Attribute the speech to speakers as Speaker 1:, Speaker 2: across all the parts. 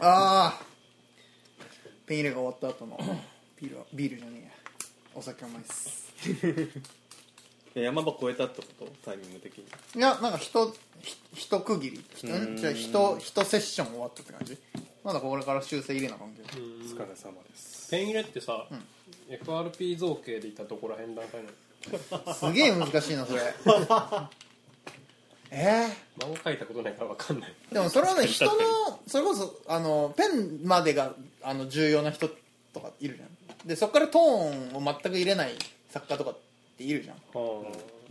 Speaker 1: ああペン入れが終わった 後のビールはビールじゃねえやお酒はうまいっす
Speaker 2: や山場越えたってことタイミング的に
Speaker 1: いやなんかひとひ一区切りひとんじゃあひとひとセッション終わったって感じまだこれから修正入れなあかんけど
Speaker 2: お疲れ様です
Speaker 3: ペン入れってさ、FRP 造形でいったらどこら辺段階なの
Speaker 1: すげえ難しいな それえ
Speaker 3: 漫画描いたことないから分かんない
Speaker 1: ー、でもそれはね人のそれこそあのペンまでがあの重要な人とかいるじゃんでそこからトーンを全く入れない作家とかっているじゃん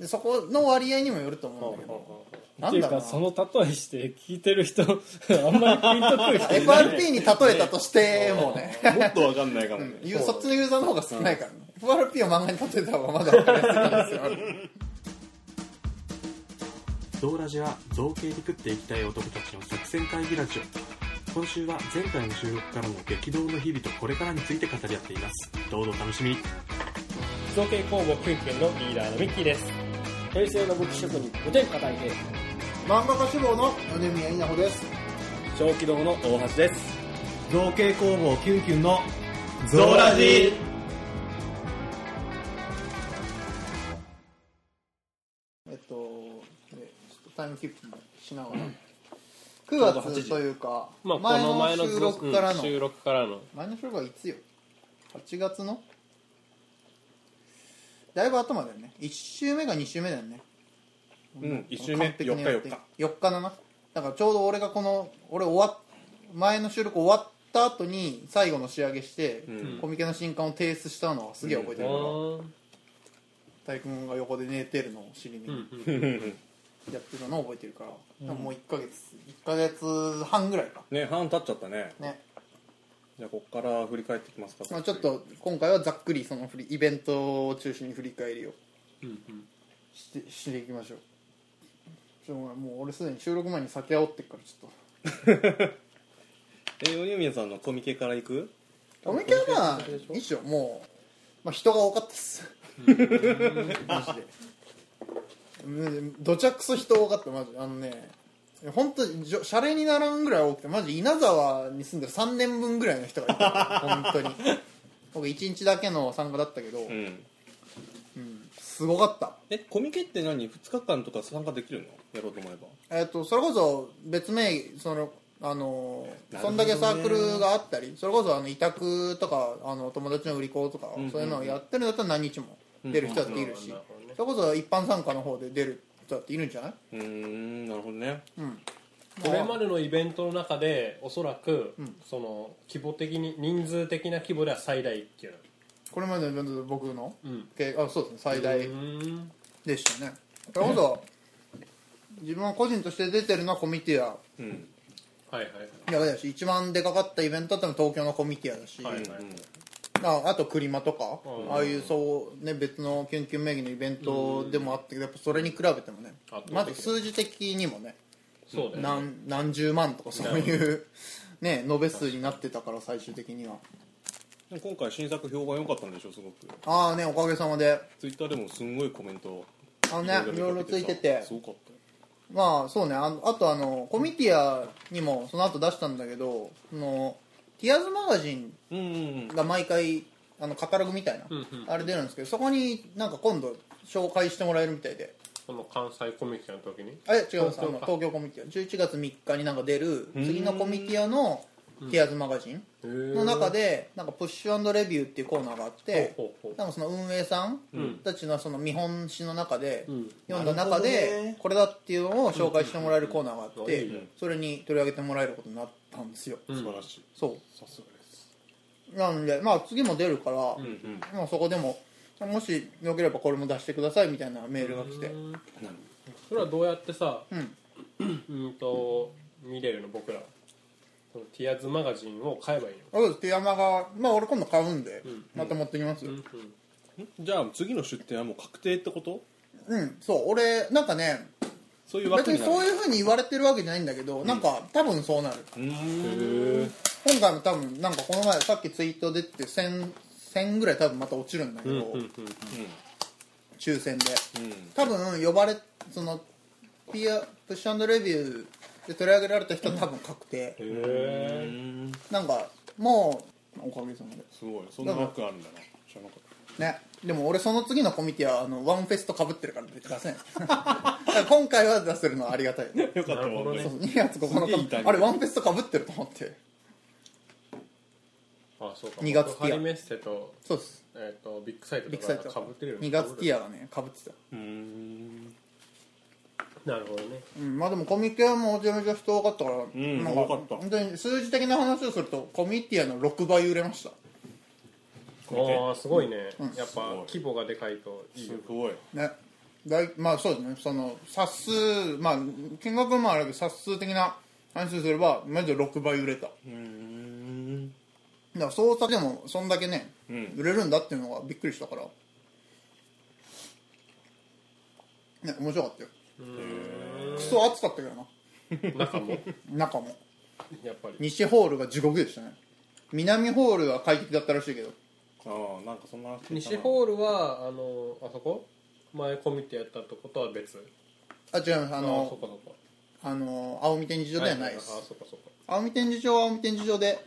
Speaker 1: でそこの割合にもよると思うんだけどな
Speaker 4: って
Speaker 1: ん
Speaker 4: いう
Speaker 1: だろう
Speaker 4: か
Speaker 1: な
Speaker 4: その例えして聞いてる人 あんまりピンとくる 人いない
Speaker 1: FRP に例えたとしてもね
Speaker 2: もっとわかんないかもね、
Speaker 1: ユー そっちのユーザーの方が少ないからね FRP を漫画に例えた方がまだ分かりやすいからですよ
Speaker 5: ゾウラジは造形に食っていきたい男たちの作戦会議ラジオ今週は前回の収録からの激動の日々とこれからについて語り合っていますどうぞお楽しみに
Speaker 4: 造形工房クンクンのリーダーのミッキーです平成の武器職人おでん固いで
Speaker 1: 漫画家志望の米宮稲穂です
Speaker 4: 小気道の大橋です
Speaker 5: 造形工房キュンキュンの
Speaker 2: ゾウラジ
Speaker 1: えっとでちょっとタイムキープもしながら9月というか
Speaker 3: まあ、この前の
Speaker 1: 収録からの
Speaker 3: うん収録からの
Speaker 1: 前の収録はいつよ8月のだいぶ後までね1週目が2週目だよね
Speaker 2: うん1週目
Speaker 1: 完璧にやっ
Speaker 2: 4
Speaker 1: て
Speaker 2: 日
Speaker 1: 4日だなだからちょうど俺がこの俺終わっ前の収録終わった後に最後の仕上げして、コミケの新刊を提出したのはすげえ覚えてるから、大君が横で寝てるのを尻に やってたのを覚えてるから、でももう1ヶ月1ヶ月半ぐらいか
Speaker 2: ね半経っちゃったね
Speaker 1: ね、
Speaker 2: じゃあこっから振り返ってきますか
Speaker 1: まあ、ちょっと今回はざっくりその振りイベントを中心に振り返りをしてしていきましょうちょっともう俺すでに収録前に酒煽ってっからちょっと
Speaker 2: えー、ヨミヤさんのコミケから行く
Speaker 1: おめきはまあ一応もう、まあ、人が多かったっすマジでうんどちゃくそ人多かったマジであのね本当にじょシャレにならんぐらい多くてマジ稲沢に住んでる3年分ぐらいの人がいた本当に僕1日だけの参加だったけど、
Speaker 2: うん
Speaker 1: すごかった
Speaker 2: えコミケって何2日間とか参加できるのやろうと思えば
Speaker 1: えっ、とそれこそ別名義そのあのー
Speaker 2: なる
Speaker 1: そ
Speaker 2: ほどね
Speaker 1: んだけサークルがあったりそれこそあの委託とかあの友達の売り子とか、
Speaker 2: んうん
Speaker 1: そういうのをやってるんだったら何日も出る人だっているし、それこそ一般参加の方で出る人だっているんじゃないう
Speaker 2: ーんなるほどね
Speaker 3: これまでのイベントの中でおそらく、その規模的に人数的な規模では最大級なの
Speaker 1: これまでのイベントで僕の、
Speaker 3: ん
Speaker 1: けあそうですね最大
Speaker 3: うん
Speaker 1: でしたねそれこそ自分は個人として出てるのはコミティア
Speaker 2: うん
Speaker 3: はいはいはい
Speaker 1: だけだし一番でかかったイベントだってのは東京のコミティアだし、
Speaker 3: はいはい
Speaker 1: ああとクリマとか、
Speaker 3: うん
Speaker 1: ああいうそう、ね、別のキュンキュン名義のイベントでもあったけどやっぱそれに比べてもね
Speaker 3: 圧倒的
Speaker 1: まず数字的にもね
Speaker 3: そうだよね
Speaker 1: 何何十万とかそういう、ね、延べ数になってたから最終的には
Speaker 2: でも今回新作評判良かったんでしょすごく
Speaker 1: ああねおかげさまで
Speaker 2: ツイッターでもすんごいコメント
Speaker 1: あのねいろいろついてて
Speaker 2: すごかったよ
Speaker 1: まあそうねあのあとあのコミティアにもその後出したんだけどそのティアーズマガジン
Speaker 2: うんうん
Speaker 1: が毎回あのカタログみたいな、あれ出るんですけどそこになんか今度紹介してもらえるみたいで
Speaker 3: この関西コミュニケの時に
Speaker 1: あいや違う東
Speaker 3: 東京か
Speaker 1: 京東京コミティア11月3日になんか出る次のコミティアの「ティアーズマガジンの中でなんかプッシュレビューっていうコーナーがあって
Speaker 3: ほうほうほう
Speaker 1: なんかその運営さんたちのその見本誌の中で
Speaker 3: ん
Speaker 1: 読んだ中
Speaker 2: なるほど
Speaker 1: で
Speaker 2: ね
Speaker 1: これだっていうのを紹介してもらえるコーナーがあっ
Speaker 3: う
Speaker 1: て
Speaker 3: んうんうん
Speaker 1: それに取り上げてもらえることになったんですよ
Speaker 2: 素晴らしい
Speaker 1: そう
Speaker 2: さすがです
Speaker 1: なのでまあ次も出るから
Speaker 2: うん
Speaker 1: まあそこでももしよければこれも出してくださいみたいなメールが来て
Speaker 3: それはどうやってさ
Speaker 1: うん
Speaker 3: うんと見れるの僕らそのティアーズマガジンを買えばいいの
Speaker 1: あそうです手山がまあ俺今度買うんでまた持ってきますよ
Speaker 2: うんじゃあ次の出店はもう確定ってこと
Speaker 1: うんそう俺なんかね
Speaker 2: そういうわ
Speaker 1: 別
Speaker 2: け
Speaker 1: に
Speaker 2: にな
Speaker 1: そう
Speaker 2: う
Speaker 1: いうふうに言われてるわけじゃないんだけど、なんか多分そうなる
Speaker 2: ーん
Speaker 1: 今回も多分なんかこの前さっきツイート出て1000 1000ぐらい多分また落ちるんだけど、抽選で、多分呼ばれそのピアプッシュレビューで取り上げられた人は多分確定、
Speaker 3: へえ
Speaker 1: なんかもうおかげさまです
Speaker 2: ごいそんな枠あるんだな知らなかっ
Speaker 1: ねでも俺その次のコミティはあのワンフェストかぶってるから出せん だから今回は出せるのはありがたいそう
Speaker 2: たよかった
Speaker 3: なるほどね
Speaker 2: わ
Speaker 1: 2月
Speaker 2: すげえ痛
Speaker 1: 9
Speaker 2: い
Speaker 1: 日あれワンフェストかぶってると思って
Speaker 3: あそうか
Speaker 1: 二月
Speaker 3: 僕ハリメッセと,、
Speaker 1: そうです
Speaker 3: えー、とビッグサイト
Speaker 1: ビ
Speaker 3: と
Speaker 1: ッグサ
Speaker 3: か
Speaker 1: イト
Speaker 3: かぶってるよね
Speaker 1: 2月ティアがねかぶってた、
Speaker 3: なるほどね
Speaker 1: うん、まあでもコミケはもうめちゃめちゃ人多かったから、
Speaker 2: ん
Speaker 1: なん
Speaker 2: 多かった
Speaker 1: 本当に数字的な話をするとコミティアの6倍売れました
Speaker 3: ああすごいね、
Speaker 1: ん
Speaker 3: やっぱ規模がでかいといい
Speaker 2: す
Speaker 3: よ
Speaker 2: ごい
Speaker 1: ね大まあそうですねその冊数まあ金額もあれば冊数的な話をすればまず6倍売れただか
Speaker 2: うん
Speaker 1: ら創作でもそんだけね、
Speaker 2: うん
Speaker 1: 売れるんだっていうのがびっくりしたからね面白かったよクソ暑かったけどな
Speaker 3: 中も
Speaker 1: 中も
Speaker 3: やっぱり
Speaker 1: 西ホールが地獄でしたね南ホールは快適だったらしいけど
Speaker 2: ああなんかそんな話聞いたな
Speaker 3: 西ホールはあのあそこ前コミティやったとことは別
Speaker 1: あ違いますあ
Speaker 3: あそ
Speaker 1: の
Speaker 3: こそこ
Speaker 1: あの青海展示場ではないです、
Speaker 3: あそこそこ
Speaker 1: 青海展示場は青海展示場で、
Speaker 3: ん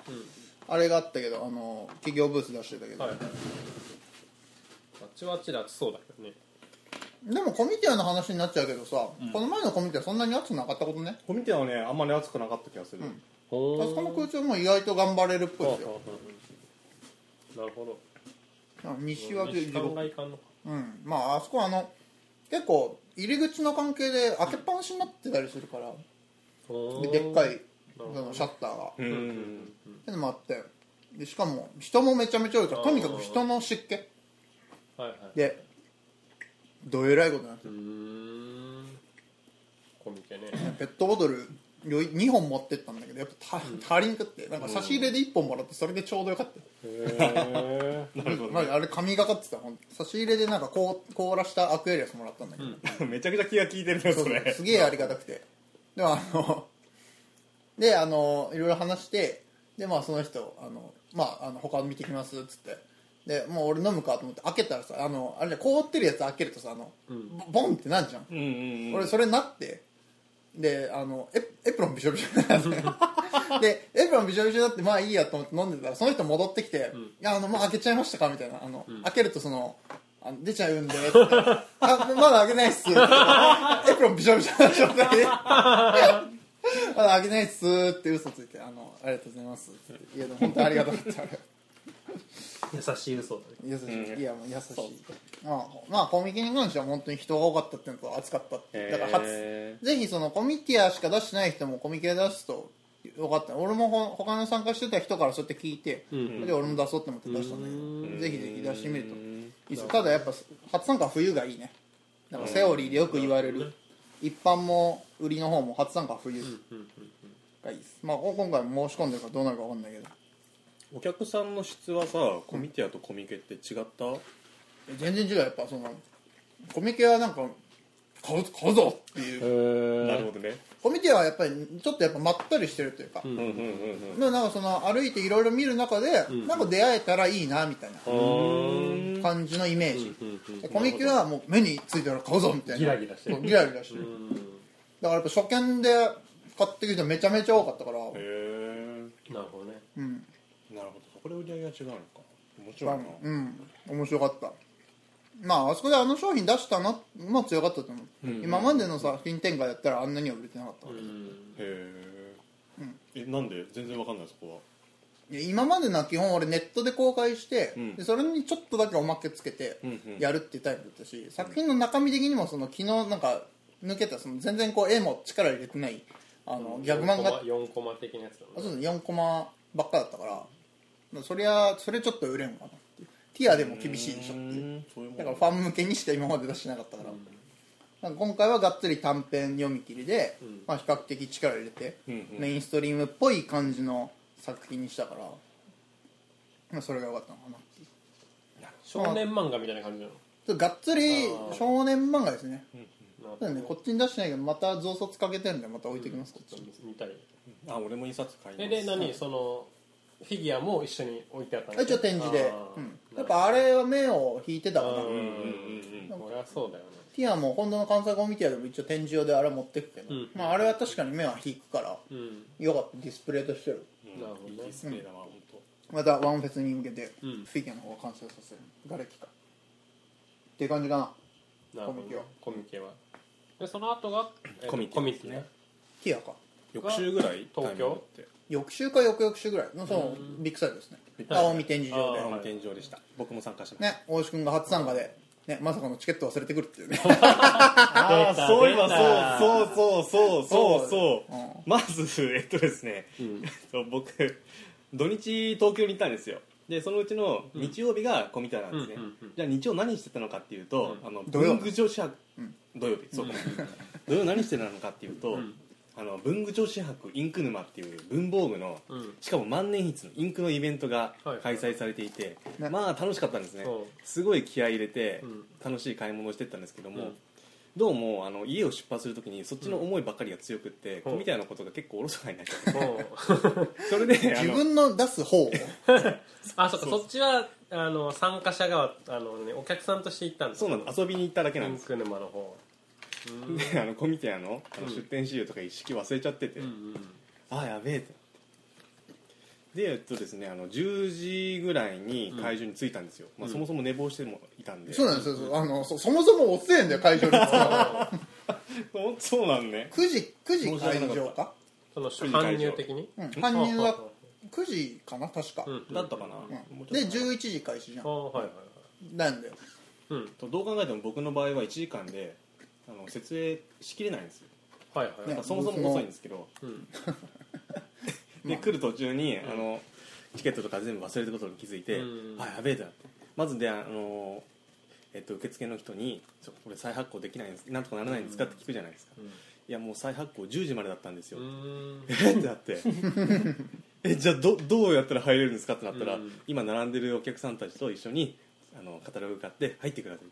Speaker 1: あれがあったけどあの企業ブース出してたけど、
Speaker 3: はいあっちはあっちで暑そうだけどね
Speaker 1: でもコミティアの話になっちゃうけどさ、この前のコミティアそんなに暑くなかったことね
Speaker 2: コミティアはねあんまり熱くなかった気がする、
Speaker 3: ほ
Speaker 1: あそこの空調も意外と頑張れるっぽいですよ
Speaker 3: なるほど
Speaker 1: あ西脇
Speaker 3: 西
Speaker 1: 地
Speaker 3: 館
Speaker 1: 獄
Speaker 3: 外観の
Speaker 1: うんまああそこはあの結構入り口の関係で開けっぱなしになってたりするから、ででっかいそのシャッターが、
Speaker 2: うん
Speaker 1: ってのもあってでしかも人もめちゃめちゃ多いから
Speaker 3: あー
Speaker 1: とにかく人の湿気
Speaker 3: はいはい
Speaker 1: でどえらいことになって
Speaker 3: う
Speaker 1: る
Speaker 3: ーんコミケね
Speaker 1: ペットボトルよい2本持ってったんだけどやっぱた足りんくってなんか差し入れで1本もらってそれでちょうどよかった
Speaker 3: へ
Speaker 2: なるほど
Speaker 1: マジあれ神がかってたほんと差し入れでなんかこう凍らしたアクエリアスもらったんだけど、
Speaker 2: ねめちゃくちゃ気が利いてるね
Speaker 1: そう
Speaker 2: そ
Speaker 1: そう
Speaker 2: れ
Speaker 1: すげえありがたくてでもあのであのいろいろ話してでまあその人あのまああの他見てきますっつってでもう俺飲むかと思って開けたらさあのあれじゃん凍ってるやつ開けるとさあの、ボボンってなんじゃん、
Speaker 2: うんうんうん
Speaker 1: 俺それなってであのエプエプロンびしょびしょになってでエプロンびしょびしょになってまあいいやと思って飲んでたらその人戻ってきて「いやあのもう開けちゃいましたか?」みたいなあの、開けるとそのあの出ちゃうんで」って「あまだ開けないっす」エプロンびしょびしょな状 態で「まだ開けないっす」って嘘ついて「あのありがとうございます」いやでも本当にありがたかったあれ
Speaker 3: 優しい嘘だね
Speaker 1: 優しい、いやもう優しいまあ、まあコミケに関しては本当に人が多かったっていうのと暑かったってだから
Speaker 2: へ
Speaker 1: 初ぜひそのコミティアしか出してない人もコミケ出すとよかった俺もほ他の参加してた人からそうやって聞いて、で俺も出そうって思って出したんだけどぜひぜひ出してみるといいですよただやっぱ初参加は冬がいいねなんかセオリーでよく言われる一般も売りの方も初参加は冬がいいです、まあ今回も申し込んでるからどうなるか分かんないけど
Speaker 2: お客さんの質はさコミティアとコミケって違った、
Speaker 1: 全然違うやっぱそのコミケはなんか買う買うぞっていう
Speaker 2: なるほどね
Speaker 1: コミケはやっぱりちょっとやっぱまったりしてるというか、
Speaker 2: うんうんうん
Speaker 1: でもなんかその歩いていろいろ見る中で、なんか出会えたらいいなみたいな感じのイメージ、でコミケはもう目についたら買うぞみたいな
Speaker 3: ギラギラしてる
Speaker 1: そうギラギラしてるだからやっぱ初見で買ってきた人めちゃめちゃ多かったから、
Speaker 2: へえ
Speaker 3: なるほどね
Speaker 1: うん
Speaker 2: なるほどそこで売り上げが違うのかもち
Speaker 1: ま
Speaker 2: ろ
Speaker 1: あ
Speaker 2: んな
Speaker 1: うん面白かったまああそこであの商品出したのも強かったと思う、今までのさ品展開だったらあんなには売れてなかった、
Speaker 3: うん
Speaker 2: へえ、えなんで全然わかんないそこは
Speaker 1: で今までのは基本俺ネットで公開して、
Speaker 2: ん
Speaker 1: でそれにちょっとだけおまけつけて
Speaker 2: うんうん
Speaker 1: やるっていうタイプだったし、作品の中身的にもその昨日なんか抜けたその全然こう絵も力入れてないあのギャグ漫画あ
Speaker 3: 4コマ的なやつだ
Speaker 1: そう
Speaker 3: ね
Speaker 1: そう4コマばっかだったからまあそりゃそれちょっと売れんかなっていうティアでも厳しいでしょっていう
Speaker 2: そういうもん
Speaker 1: だからファン向けにしか今まで出してなかったから,、なんか今回はがっつり短編読み切りで、まあ、比較的力入れて、
Speaker 2: うんうん
Speaker 1: メインストリームっぽい感じの作品にしたから、まあ、それが良かったのかな
Speaker 3: 少年漫画みたいな感じなの
Speaker 1: ちょっとがっつり
Speaker 3: あー
Speaker 1: 少年漫画ですね
Speaker 3: な
Speaker 1: ただねこっちに出してないけどまた増刷かけてるんでまた置いてきます、こっちに
Speaker 3: 見たい
Speaker 2: あ俺も印刷買います
Speaker 3: えで何そのフィギュアも一緒に置いてあったの
Speaker 1: 一応展示で
Speaker 3: あ、ー
Speaker 1: うんやっぱあれは目を引いてたかな、
Speaker 3: うん
Speaker 2: うんうんうん
Speaker 3: これはそうだよね
Speaker 1: ティアも今度の関西コミティアでも一応展示用であれ持ってくけど、
Speaker 3: うん
Speaker 1: まあ、あれは確かに目は引くから
Speaker 3: うん
Speaker 1: よかったディスプレイとしてる
Speaker 2: うん
Speaker 3: なるほどね
Speaker 2: いいスペーダは本当
Speaker 1: またワンフェスに向けてフ
Speaker 3: うん
Speaker 1: ィギュアの方を完成させるガレキかっていう感じかな
Speaker 3: な
Speaker 1: コ
Speaker 3: るほど
Speaker 1: ミケは
Speaker 3: コミケは
Speaker 6: でその後が
Speaker 3: えっと
Speaker 2: コミケ
Speaker 3: コミケね
Speaker 1: ティアか
Speaker 2: 翌週ぐらいタイミ
Speaker 3: 東京
Speaker 2: ングって
Speaker 1: 翌週か翌々週ぐらいのそのビッグサイトですね青海展示場で
Speaker 3: あー
Speaker 2: 青天井でした僕も参加しまし
Speaker 1: ね大石君が初参加で、ね、まさかのチケット忘れてくるっていうね
Speaker 5: ああ
Speaker 4: 出た
Speaker 5: そういえば
Speaker 4: 出た
Speaker 5: そうそうそうそうそうそう、
Speaker 1: うん
Speaker 5: まずえっとですね、そう 僕土日東京に行ったんですよでそのうちの日曜日がコミタなんですね、
Speaker 3: うんうんうんうん
Speaker 5: じゃあ日曜何してたのかっていうと、あの
Speaker 1: 土曜
Speaker 5: 文具女子博、
Speaker 1: うん
Speaker 5: 土曜日そうか、土曜何してたのかっていうと、
Speaker 3: ん
Speaker 5: あの文具女子博インク沼っていう文房具の、
Speaker 3: うん
Speaker 5: しかも万年筆のインクのイベントが
Speaker 3: はい
Speaker 5: 開催されていて、
Speaker 1: ね
Speaker 5: まあ楽しかったんですね
Speaker 3: そう
Speaker 5: すごい気合い入れて
Speaker 3: うん
Speaker 5: 楽しい買い物をしてったんですけども、
Speaker 3: うん
Speaker 5: どうもあの家を出発するときにそっちの思いばっかりが強くって、
Speaker 3: うん
Speaker 5: こうみたいなことが結構おろそかになっちゃって、
Speaker 3: もう
Speaker 5: それであ
Speaker 1: 自
Speaker 5: の
Speaker 1: 分の出す方を
Speaker 3: あそっかそっちはあの参加者側あの、ね、お客さんとして行ったんだ
Speaker 5: そうなの遊びに行っただけなん
Speaker 3: ピ
Speaker 5: で
Speaker 3: ン
Speaker 5: す、
Speaker 3: ク沼の方うん
Speaker 5: で あのコミティアのあの
Speaker 3: うん
Speaker 5: 出店資料とか一式忘れちゃってて、
Speaker 3: うんうん
Speaker 5: ああやべえってなってでえっとですねあの10時ぐらいに会場に着いたんですよ、まあ、そもそも寝坊してもいたんで
Speaker 1: そうなんですよそうあのそそもそも遅えんだよ会場に
Speaker 5: そうそうなんね
Speaker 1: 9時9時
Speaker 5: 申し訳な
Speaker 1: 会
Speaker 5: かった
Speaker 1: 場か
Speaker 3: その搬入的に
Speaker 1: うん搬入は
Speaker 3: うん
Speaker 1: 9時かな確か、
Speaker 3: うん
Speaker 5: だったかな、
Speaker 1: うん
Speaker 5: もうちょっと
Speaker 1: で11時開始じゃ
Speaker 3: あ
Speaker 1: ん
Speaker 3: あはいはいはい
Speaker 1: なんだよ
Speaker 3: うん
Speaker 5: とどう考えても僕の場合は1時間であの設営しきれないんですよ
Speaker 3: はいはいはい
Speaker 1: ね
Speaker 5: そもそも遅いんですけど、
Speaker 3: うん
Speaker 5: で来る途中に、あのチケットとか全部忘れてることに気づいて、
Speaker 3: うん
Speaker 5: あやべえだまずであの、えっと、受付の人に「そうこれ再発行できないんですなんとかならないんですか?」って聞くじゃないですか、
Speaker 3: ん
Speaker 5: いやもう再発行10時までだったんですよ、
Speaker 3: うん
Speaker 5: えってなってえじゃあどどうやったら入れるんですかってなったら、
Speaker 3: うん
Speaker 5: 今並んでるお客さんたちと一緒にあのカタログ買って入ってくださ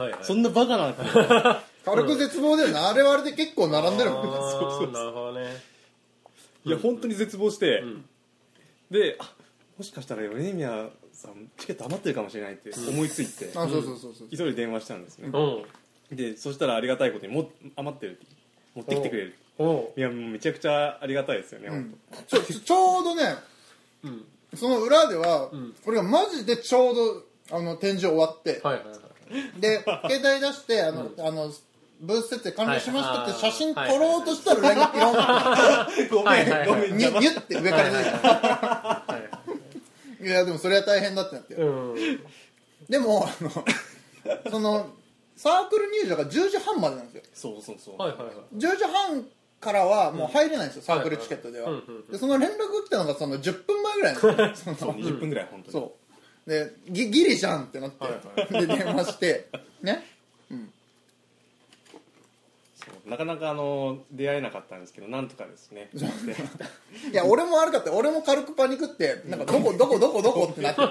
Speaker 5: い、
Speaker 3: はいはい
Speaker 5: そんなバカなこと
Speaker 1: 軽く絶望だよねあれはあれで結構並んでるもんね
Speaker 3: あー
Speaker 5: そうそうそう
Speaker 3: なるほどね
Speaker 5: いや本当に絶望して、
Speaker 3: ん
Speaker 5: であもしかしたら米宮さんチケット余ってるかもしれないって思いついて、
Speaker 1: あそうそうそうそう
Speaker 5: 急いで電話したんですね、
Speaker 3: うん
Speaker 5: でそしたらありがたいことにも余ってるって持ってきてくれる
Speaker 3: お
Speaker 5: いやもうめちゃくちゃありがたいですよね、
Speaker 1: うん
Speaker 5: 本
Speaker 1: ちょちょ ちょうどね、
Speaker 3: ん
Speaker 1: その裏では、
Speaker 3: ん
Speaker 1: 俺がマジでちょうどあの展示終わって、
Speaker 3: はいはいはい
Speaker 1: で携帯出してあの、あのブース設定完了しましたって
Speaker 3: はい
Speaker 1: 写真撮ろうとしたら上がピロン
Speaker 5: 当ごめん、
Speaker 3: はいはいはい
Speaker 5: ごめん
Speaker 1: ニュニュって上から出てきた
Speaker 3: はい
Speaker 1: いやでもそれは大変だってなって、
Speaker 3: うん
Speaker 1: でもあのそのサークル入場が10時半までなんですよ
Speaker 5: そうそうそう、
Speaker 3: はいはいはい
Speaker 1: 10時半からはもう入れないんですよ、サークルチケットでは、
Speaker 3: はいはいうんうんうん
Speaker 1: でその連絡が来たのがその10分前ぐらいなんですよそ
Speaker 5: そう
Speaker 1: の
Speaker 5: 20分ぐらい本当に、
Speaker 1: そうでギギリじゃんってなって、で電話してね
Speaker 5: そうなかなかあの出会えなかったんですけどなんとかですねで
Speaker 1: いや俺も悪かった俺も軽くパニックってなんかどこどこどこどこってなって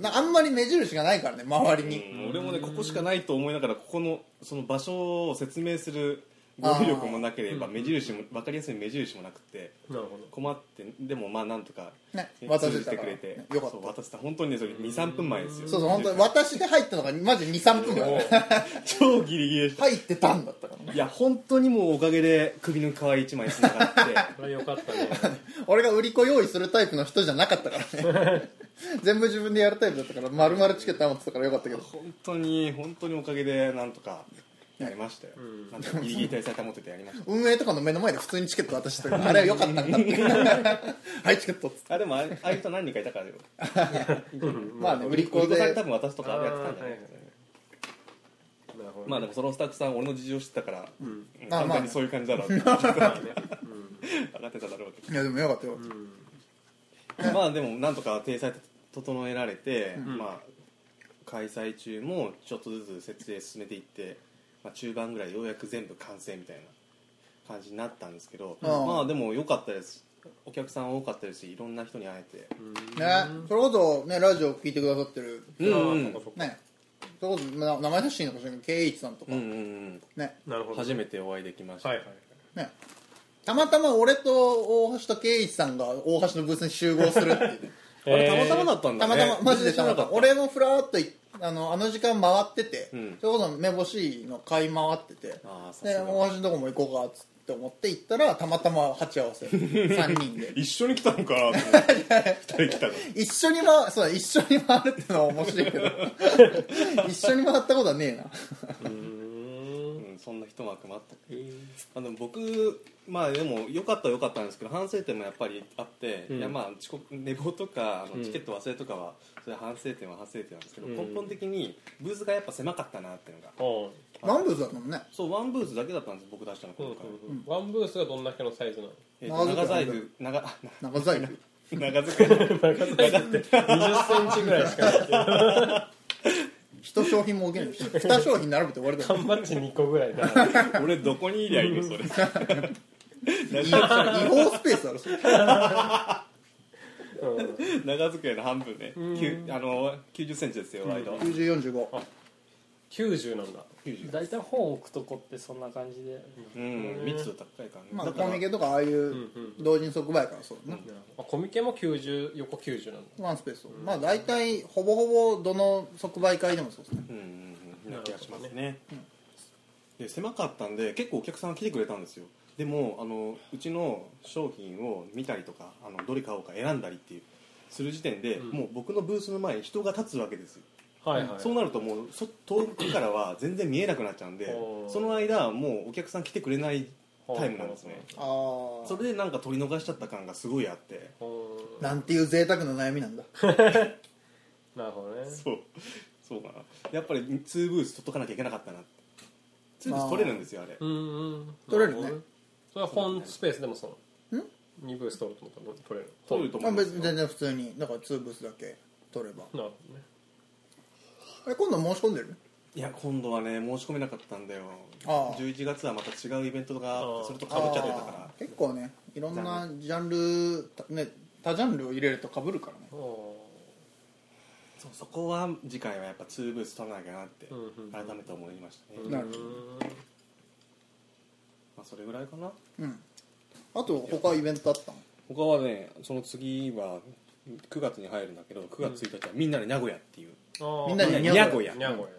Speaker 1: なあんまり目印がないからね周りに、
Speaker 5: うん俺もねここしかないと思いながらここのその場所を説明する語彙力もなければ目印も分かりやすい目印もなくて
Speaker 3: なるほど
Speaker 5: 困ってでもまあなんとか、
Speaker 1: ね
Speaker 5: ね
Speaker 1: 渡
Speaker 5: 通
Speaker 1: せ
Speaker 5: じ
Speaker 1: た
Speaker 5: て
Speaker 1: から
Speaker 5: くれて
Speaker 1: ねよかっ
Speaker 5: そう
Speaker 1: た
Speaker 5: 渡せた本当にねそれ23分前ですよ
Speaker 1: そうそう本当に私で入ったのがマジ23分ぐら
Speaker 5: もう
Speaker 1: い
Speaker 5: 超ギリギリでし
Speaker 1: 入ってたんだったからね
Speaker 5: たいや本当にもうおかげで首の皮一枚つな がって
Speaker 3: これよかったね
Speaker 1: 俺が売り子用意するタイプの人じゃなかったから ね全部自分でやるタイプだったから丸々チケット余ってたからよかったけど
Speaker 5: 本当に本当におかげでなんとかやりましたよ、なんとかギリギリ体裁保っててやりました
Speaker 1: 運営とかの目の前で普通にチケット渡してたからあれはよかったんだって はいチケットっつって
Speaker 5: あでもあああいう人何人かいたからよ
Speaker 1: まあね売り子
Speaker 5: 売り子さん
Speaker 1: で
Speaker 5: に多分渡すとかやってたんじゃないかな、
Speaker 3: なるほ ど
Speaker 5: まあでもそのスタッフさん俺の事情知ってたから、うん
Speaker 1: あま
Speaker 5: 簡
Speaker 1: あ
Speaker 5: 単
Speaker 1: ね
Speaker 5: にそういう感じだろうって分かってただろう
Speaker 1: いやでもよかったよかった
Speaker 5: け どまあでもなんとか体裁整えられて、まあ開催中もちょっとずつ設営進めていって、まあ、中盤ぐらいようやく全部完成みたいな感じになったんですけど、
Speaker 1: うん
Speaker 5: まあでも良かったですお客さん多かったですしいろんな人に会えて
Speaker 1: ね、それこそ、ね、ラジオ聞いてくださってる、
Speaker 5: うんうん
Speaker 3: あーそっかそっか
Speaker 1: ね、それこそな名前出していいのかしらんけど圭一さんとか、
Speaker 5: うんうん
Speaker 1: ね
Speaker 3: なる
Speaker 5: う
Speaker 3: ほ
Speaker 5: ん
Speaker 3: ど
Speaker 5: 初めてお会いできました、
Speaker 3: はいはい
Speaker 1: ね、たまたま俺と大橋と圭一さんが大橋のブースに集合するっていう ね
Speaker 5: あれたまたまだったんだ
Speaker 1: たま
Speaker 5: ね
Speaker 1: たまマジでたまたま
Speaker 5: 俺
Speaker 1: 俺もふらーっといあのあの時間回ってて、
Speaker 5: うん
Speaker 1: それこそ目星の買い回ってて
Speaker 5: あーさす
Speaker 1: で
Speaker 5: が
Speaker 1: 大橋のとこも行こうかっつって思って行ったらたまたま鉢合わ せ3人で
Speaker 2: 一緒に来たのかなと思って2人来たの
Speaker 1: 一緒に回そうだ一緒に回るってのは面白い けど一緒に回ったことはねえな
Speaker 5: うん、そんな一幕もあったあでも僕まあでも良かったは良かったんですけど反省点もやっぱりあって、
Speaker 3: うん
Speaker 5: いやまあ遅刻寝坊とかあ
Speaker 3: う
Speaker 5: の
Speaker 3: ん
Speaker 5: チケット忘れとかは、それは反省点は反省点なんですけど、
Speaker 3: うん
Speaker 5: 根本的にブースがやっぱ狭かったなっていうのが
Speaker 3: うん
Speaker 1: ワンブースだったもんね
Speaker 5: そうワンブースだけだったんです僕出したの
Speaker 3: うん
Speaker 5: 今
Speaker 3: う
Speaker 5: 回、
Speaker 3: んうんワンブースがどんだけのサイズなの
Speaker 5: えーと長
Speaker 1: 長
Speaker 5: 財
Speaker 1: 財布
Speaker 5: 布長あ
Speaker 1: 長財布
Speaker 5: 長財布
Speaker 3: 20センチぐらいしかないけど
Speaker 1: 一商品も置けないし二商品並べて終わりだよ
Speaker 3: 缶バッジ2個ぐらいだ
Speaker 5: 俺どこにいりゃいいのそれ
Speaker 1: 違
Speaker 5: 長
Speaker 1: 法スペースだろそれ
Speaker 3: うん
Speaker 5: 長机の半分ね、
Speaker 3: うん
Speaker 5: きゅうあの90センチですよワイド、
Speaker 1: 9045
Speaker 3: 90なんだ
Speaker 4: 大体本置くとこってそんな感じで
Speaker 5: うん、密度高いからね、
Speaker 1: まあ
Speaker 5: だから
Speaker 1: コミケとかああい
Speaker 3: うんう
Speaker 1: うん同人即売会はそうだな
Speaker 3: あコミケも90横90なんだ
Speaker 1: ワンスペースをまあ大体ほぼほぼどの即売会でもそうですね
Speaker 5: うんうんうんな気がしますね、で狭かったんで結構お客さんが来てくれたんですよでもあのうちの商品を見たりとかあのどれ買おうか選んだりっていうする時点で、
Speaker 3: うん
Speaker 5: もう僕のブースの前に人が立つわけですよ、
Speaker 3: はいはい
Speaker 5: そうなるともうそ遠くからは全然見えなくなっちゃうんで
Speaker 3: おー
Speaker 5: その間もうお客さん来てくれないタイムなんですね
Speaker 1: ああ
Speaker 5: それでなんか取り逃しちゃった感がすごいあって
Speaker 3: うん
Speaker 1: なんていう贅沢な悩みなんだ
Speaker 3: なるほどね
Speaker 5: そうそうかなやっぱり2ブース取っとかなきゃいけなかったな2ブース取れるんですよあれ
Speaker 3: うんうん
Speaker 1: 取れるね
Speaker 3: なほどそれは本スペースでもその2ブース取ると思ったら取れる
Speaker 5: 取れると思
Speaker 1: まあ
Speaker 5: うんで
Speaker 1: 別
Speaker 5: す
Speaker 1: に
Speaker 5: よ
Speaker 1: 全然普通にだからツーブースだけ取れば
Speaker 3: なるほどね
Speaker 1: え今度申し込んでる
Speaker 5: いや今度はね申し込めなかったんだよ
Speaker 1: ああ
Speaker 5: 11月はまた違うイベントが
Speaker 3: ああ
Speaker 5: それとかぶっちゃってたか
Speaker 1: あー結構ねいろんなジャンルたね多ジャンルを入れるとかぶるからね
Speaker 5: らそうそこは次回はやっぱ2ブース取らなきゃなって
Speaker 3: うんうんうん
Speaker 5: 改めて思いましたね、
Speaker 1: な
Speaker 5: ま
Speaker 1: るほど
Speaker 5: あ、それぐらいかな
Speaker 1: うんあと他イベントあったの
Speaker 5: 他はねその次は9月に入るんだけど9月1日はみんなで名古屋っていう、
Speaker 3: ど
Speaker 1: みんなで
Speaker 5: に
Speaker 1: に
Speaker 5: ゃ
Speaker 1: ゃ
Speaker 5: ご
Speaker 1: ご
Speaker 5: や
Speaker 3: にゃごや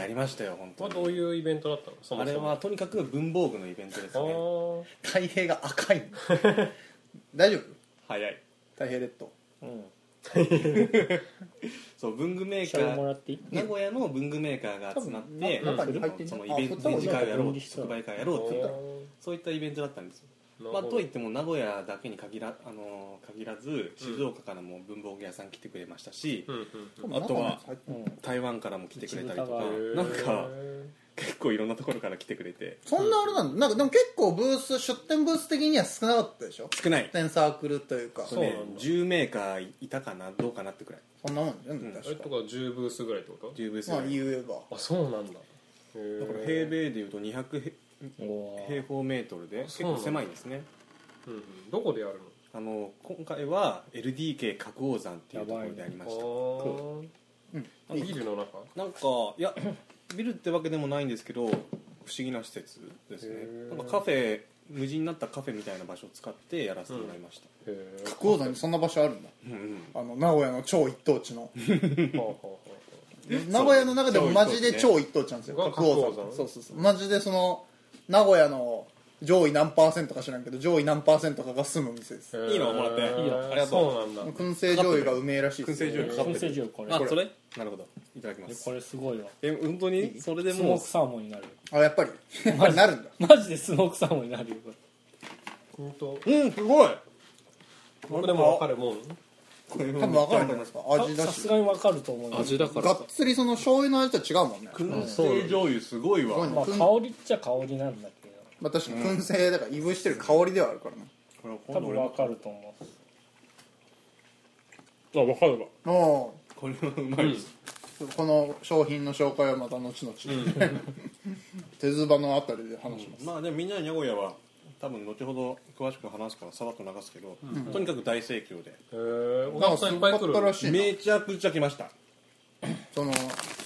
Speaker 5: やりましたよ本
Speaker 3: こ
Speaker 5: 当
Speaker 3: れどう
Speaker 5: に
Speaker 3: いうイベントだったのそ
Speaker 5: あ
Speaker 3: も
Speaker 5: れ
Speaker 3: そも
Speaker 5: はとにかく文房具のイベントですね
Speaker 3: は
Speaker 1: 太平が赤い 大丈夫
Speaker 5: 早い
Speaker 1: 太平レッド
Speaker 4: うん
Speaker 5: そう文具メーカ
Speaker 4: 下をも
Speaker 5: ー
Speaker 4: らっていい
Speaker 5: 名古屋の文具メーカーが集まって
Speaker 1: 多分中に入ってんじ
Speaker 5: そ
Speaker 1: ゃな
Speaker 5: の
Speaker 1: い
Speaker 5: イベント
Speaker 1: あ
Speaker 5: 展
Speaker 1: そ
Speaker 5: 示
Speaker 1: うだ
Speaker 5: 会をやろ
Speaker 4: 分
Speaker 5: う
Speaker 4: 離した
Speaker 5: 即売会やろうっていうそういったイベントだったんですよ、まあ、といっても名古屋だけに限ら,、あのー限らず静岡からも文房具屋さん来てくれましたし、
Speaker 3: うんうん
Speaker 1: 多分
Speaker 5: あとは
Speaker 1: 中に入って
Speaker 4: うんん
Speaker 5: 台湾からも来てくれたりとか
Speaker 3: うん
Speaker 5: なんか
Speaker 3: へ
Speaker 5: 結構いろんなところから来てくれて
Speaker 1: そんなあれなんだなんかでも結構ブース出店ブース的には少なかったでしょ
Speaker 5: 少ない
Speaker 1: 出店サークルというか
Speaker 3: そ
Speaker 1: そ
Speaker 5: そうう、
Speaker 3: なん
Speaker 5: ね
Speaker 3: だ、
Speaker 5: 10メーカーいたかなどうかなってくらい
Speaker 1: んなもんじゃん
Speaker 5: うん
Speaker 3: ーあれ
Speaker 1: 確
Speaker 3: と
Speaker 1: か
Speaker 3: か10ブースぐらいってこと
Speaker 5: 10ブースぐ
Speaker 1: ま
Speaker 5: ら
Speaker 1: あ
Speaker 5: い
Speaker 1: 言えば
Speaker 3: あそうなんだへー
Speaker 5: だから平米でいうと200へ
Speaker 4: おー
Speaker 5: 平方メートルで結構狭いんですね
Speaker 3: うんうんどこでやるの
Speaker 5: あの今回は LDK 角王山っていうところでありました
Speaker 3: あービルの中
Speaker 5: なんかいや ビルってわけでもないんですけど不思議な施設です
Speaker 3: へ
Speaker 5: ね
Speaker 3: ー
Speaker 5: なんかカフェ無人になったカフェみたいな場所を使ってやらせてもらいました、
Speaker 3: へー
Speaker 1: 福岡にそんな場所あるんだ
Speaker 5: うんうん
Speaker 1: あの名古屋の超一等地の
Speaker 3: ほうほうほ
Speaker 1: 名古屋の中でもマジで超一等地なんですよ
Speaker 3: そう
Speaker 1: 角王
Speaker 3: 角王
Speaker 1: 山
Speaker 3: 山
Speaker 1: そうそうそうマジでその名古屋の上位何パーセントか知らんけど上位何パーセントかが住む店です
Speaker 3: うへー
Speaker 5: いいのもらって
Speaker 3: へー
Speaker 5: ありがとう
Speaker 3: そうなんだ
Speaker 1: 燻製醤油がうめえらしいです
Speaker 5: 燻製醤油
Speaker 4: 燻製醤油これ
Speaker 5: あ
Speaker 4: これ
Speaker 5: それなるほどいただきま
Speaker 4: え
Speaker 5: す
Speaker 4: これすごいわ
Speaker 5: え本当にそれで
Speaker 4: スモ
Speaker 5: も
Speaker 4: ークサーモンになる
Speaker 1: あやっ ぱりやっぱりなるんだ
Speaker 4: マジでスモークサーモンになるよこれ
Speaker 3: 本当
Speaker 5: ううんすごい
Speaker 3: 僕でも分かるもん
Speaker 5: これ
Speaker 1: 多分わかるんじゃないですか味
Speaker 4: さ
Speaker 1: だ
Speaker 4: さす
Speaker 1: し
Speaker 4: がにわかると思うよ
Speaker 3: だ
Speaker 1: がっつりその醤油の味とは違うもんね
Speaker 5: 燻製醤油すごいわ
Speaker 1: すごい
Speaker 4: まあ
Speaker 1: ね
Speaker 4: 香
Speaker 1: 燻
Speaker 4: りっちゃ香りなんだけど
Speaker 1: まあ確かに燻製だからいぶしてる香りではあるからな
Speaker 5: これ
Speaker 4: 多
Speaker 5: 今度
Speaker 4: 分
Speaker 5: 俺も
Speaker 4: わかると思う
Speaker 3: あ分かるわ
Speaker 1: もう
Speaker 5: これはうまいです、
Speaker 1: この商品の紹介はまた後々、 手ずばのあたりで話します、
Speaker 5: まあでもみんなに名古屋は多分後ほど詳しく話すからさらっと流すけど、とにかく大盛況で、
Speaker 3: へえお
Speaker 1: なん
Speaker 3: 客
Speaker 1: か
Speaker 3: さ
Speaker 1: す
Speaker 3: んい
Speaker 1: ご
Speaker 3: っぱ
Speaker 1: か
Speaker 3: い
Speaker 1: っ
Speaker 3: 来
Speaker 1: たら
Speaker 3: る
Speaker 1: しいな
Speaker 5: めちゃくちゃ来ました
Speaker 1: その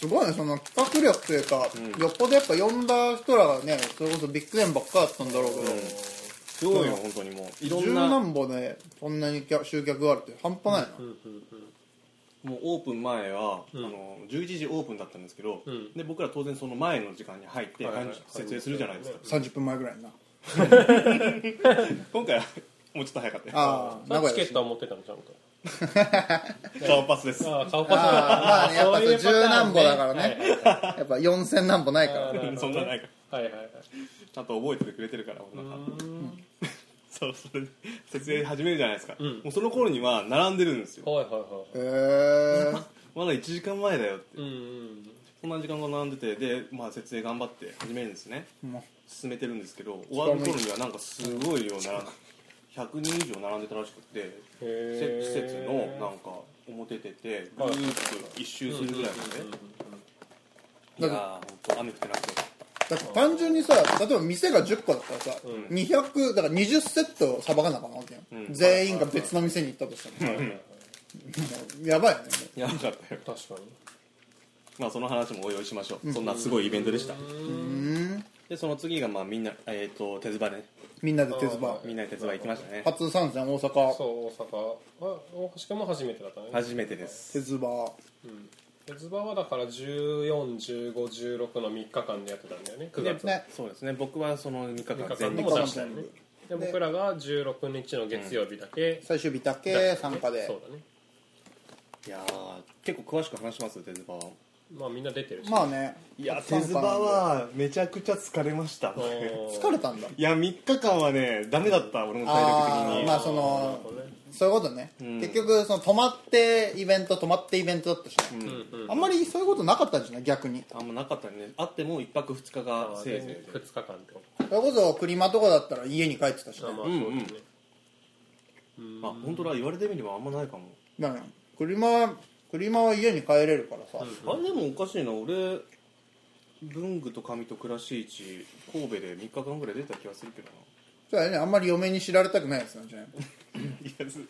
Speaker 1: すごいねその企画力というか、よっぽどやっぱ呼んだ人らがねそれこそビッグネームばっかだったんだろうけど、
Speaker 5: すごいよ本当にもういろ
Speaker 1: 十
Speaker 5: んな
Speaker 1: 何本でこんなに客集客があるって半端ないな、
Speaker 3: うんうんうん
Speaker 5: もうオープン前は、
Speaker 3: うん
Speaker 5: あの11時オープンだったんですけど、
Speaker 3: うん
Speaker 5: で僕ら当然その前の時間に入って
Speaker 2: はいはいはい
Speaker 5: 設営するじゃないですか、
Speaker 1: 30分前ぐらいにな
Speaker 5: 今回はもうちょっと早かったよ
Speaker 1: ああ
Speaker 3: それ
Speaker 1: 名
Speaker 3: は
Speaker 1: 古
Speaker 3: チ
Speaker 1: 屋だ
Speaker 3: ケッ
Speaker 1: し
Speaker 3: トは持ってたのちゃんと
Speaker 5: 顔パスです
Speaker 3: ああ顔パス
Speaker 1: ああまあねやっぱ
Speaker 3: そういうパターンね
Speaker 1: 十何歩だからねやっぱ4000何歩ないから
Speaker 3: あ ー
Speaker 5: そんなないから
Speaker 3: はいはいはい
Speaker 5: ちゃんと覚えててくれてるから俺の顔
Speaker 3: うん
Speaker 5: そうそれで設営始めるじゃないですか、
Speaker 3: うん
Speaker 5: もうその頃には並んでるんですよ
Speaker 3: はいはいは
Speaker 1: へえ
Speaker 5: まだ1時間前だよって
Speaker 3: いうんうん
Speaker 5: そんな時間が並んでてで、まあ、設営頑張って始めるんですね
Speaker 1: も
Speaker 5: 進めてるんですけど終わる頃にはなんかすごい量並ん100人以上並んでたらしくて
Speaker 3: へ
Speaker 5: せ
Speaker 3: え
Speaker 5: 施設のなんか表出てぐるーっと一周するぐらいまで、い
Speaker 1: うんうんうん
Speaker 5: やー本当雨降ってなくて
Speaker 1: うだって単純にさ例えば店が10個だったらさ、
Speaker 3: ん
Speaker 1: 200だから20セットさばかなあかんわけやん、
Speaker 5: うん
Speaker 1: 全員が別の店に行ったとしたら、もうやばいよねもう
Speaker 5: やばかったよ
Speaker 3: 確かに
Speaker 5: まあその話もおいおいしましょう、そんなすごいイベントでした、
Speaker 1: うん
Speaker 5: でその次がまあみんな、えー、と手唾ね
Speaker 1: みんなで手ズバ
Speaker 5: みんなで手唾行きましたね
Speaker 1: 初参戦大
Speaker 3: そ
Speaker 1: 阪
Speaker 3: う大阪は大橋君も初めてだったね
Speaker 5: 初めてです
Speaker 1: 手ズバ
Speaker 3: ズバはだから141516の3日間でやってたんだよね9月
Speaker 1: ね
Speaker 5: そうですね僕はその3日間全
Speaker 3: 三
Speaker 5: 部
Speaker 3: 日間
Speaker 5: 出
Speaker 3: 出
Speaker 5: し
Speaker 3: したた
Speaker 5: よ
Speaker 3: よ
Speaker 5: ね
Speaker 3: ねで僕らが16日の月曜日だけ
Speaker 1: 最終日だけ参加で、
Speaker 3: そうだね
Speaker 5: いやー結構詳しく話します手唾は
Speaker 3: まあみんな出てるし
Speaker 1: まあね
Speaker 5: いや
Speaker 1: 初
Speaker 5: 手
Speaker 1: 参加
Speaker 5: 唾はめちゃくちゃ疲れました
Speaker 3: あー
Speaker 1: 疲れたんだ
Speaker 5: いや3日間はねダメだった俺の体力
Speaker 1: あ
Speaker 5: 的
Speaker 1: あ
Speaker 5: に
Speaker 1: まあそのそういうことね、
Speaker 5: ん
Speaker 1: 結局その泊まってイベント泊まってイベントだったし、ね
Speaker 3: うんうん
Speaker 1: あんまりそういうことなかったんじゃない逆に
Speaker 5: あんまなかったねあっても1泊2日がせいぜい
Speaker 3: 2日間ってこと
Speaker 1: それこそクリマとかだったら家に帰ってたしね
Speaker 3: あまあそうだ
Speaker 5: うん
Speaker 3: よね
Speaker 5: あ本当だ言われてみればあんまないかも
Speaker 1: だからクリマはクリマは家に帰れるからさ、
Speaker 5: あでもおかしいな俺文具と紙と倉敷市神戸で3日間ぐらい出た気がするけど
Speaker 1: それはねあんまり嫁に知られたくないやつなんじゃない
Speaker 5: ない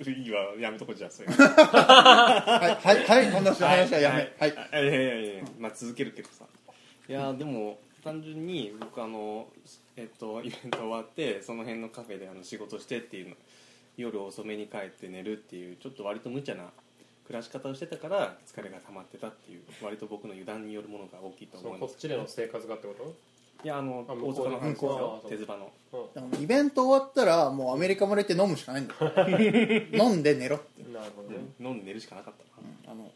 Speaker 5: やいいわやめとこじゃそういう
Speaker 1: はいはいはいこんな話はやめはい、
Speaker 5: いやいやいやまあ続けるけどさいやでも単純に僕あのえっとイベント終わってその辺のカフェであの仕事してっていうの夜遅めに帰って寝るっていうちょっと割と無茶な暮らし方をしてたから疲れが溜まってたっていう割と僕の油断によるものが大きいと
Speaker 3: そ
Speaker 5: 思
Speaker 3: う
Speaker 5: い
Speaker 3: こ
Speaker 5: ま
Speaker 3: っ
Speaker 5: す
Speaker 3: ちでの生活がってこ
Speaker 5: いやあの
Speaker 3: あ
Speaker 5: 大阪の話です
Speaker 3: 向こ
Speaker 5: よ
Speaker 3: うの
Speaker 5: 手唾の
Speaker 3: と
Speaker 1: でもイベント終わったらもうアメリカまで行って飲むしかないんだよ 飲んで寝ろって
Speaker 3: うんなるほどね
Speaker 5: 飲んで寝るしかなかったな
Speaker 1: あの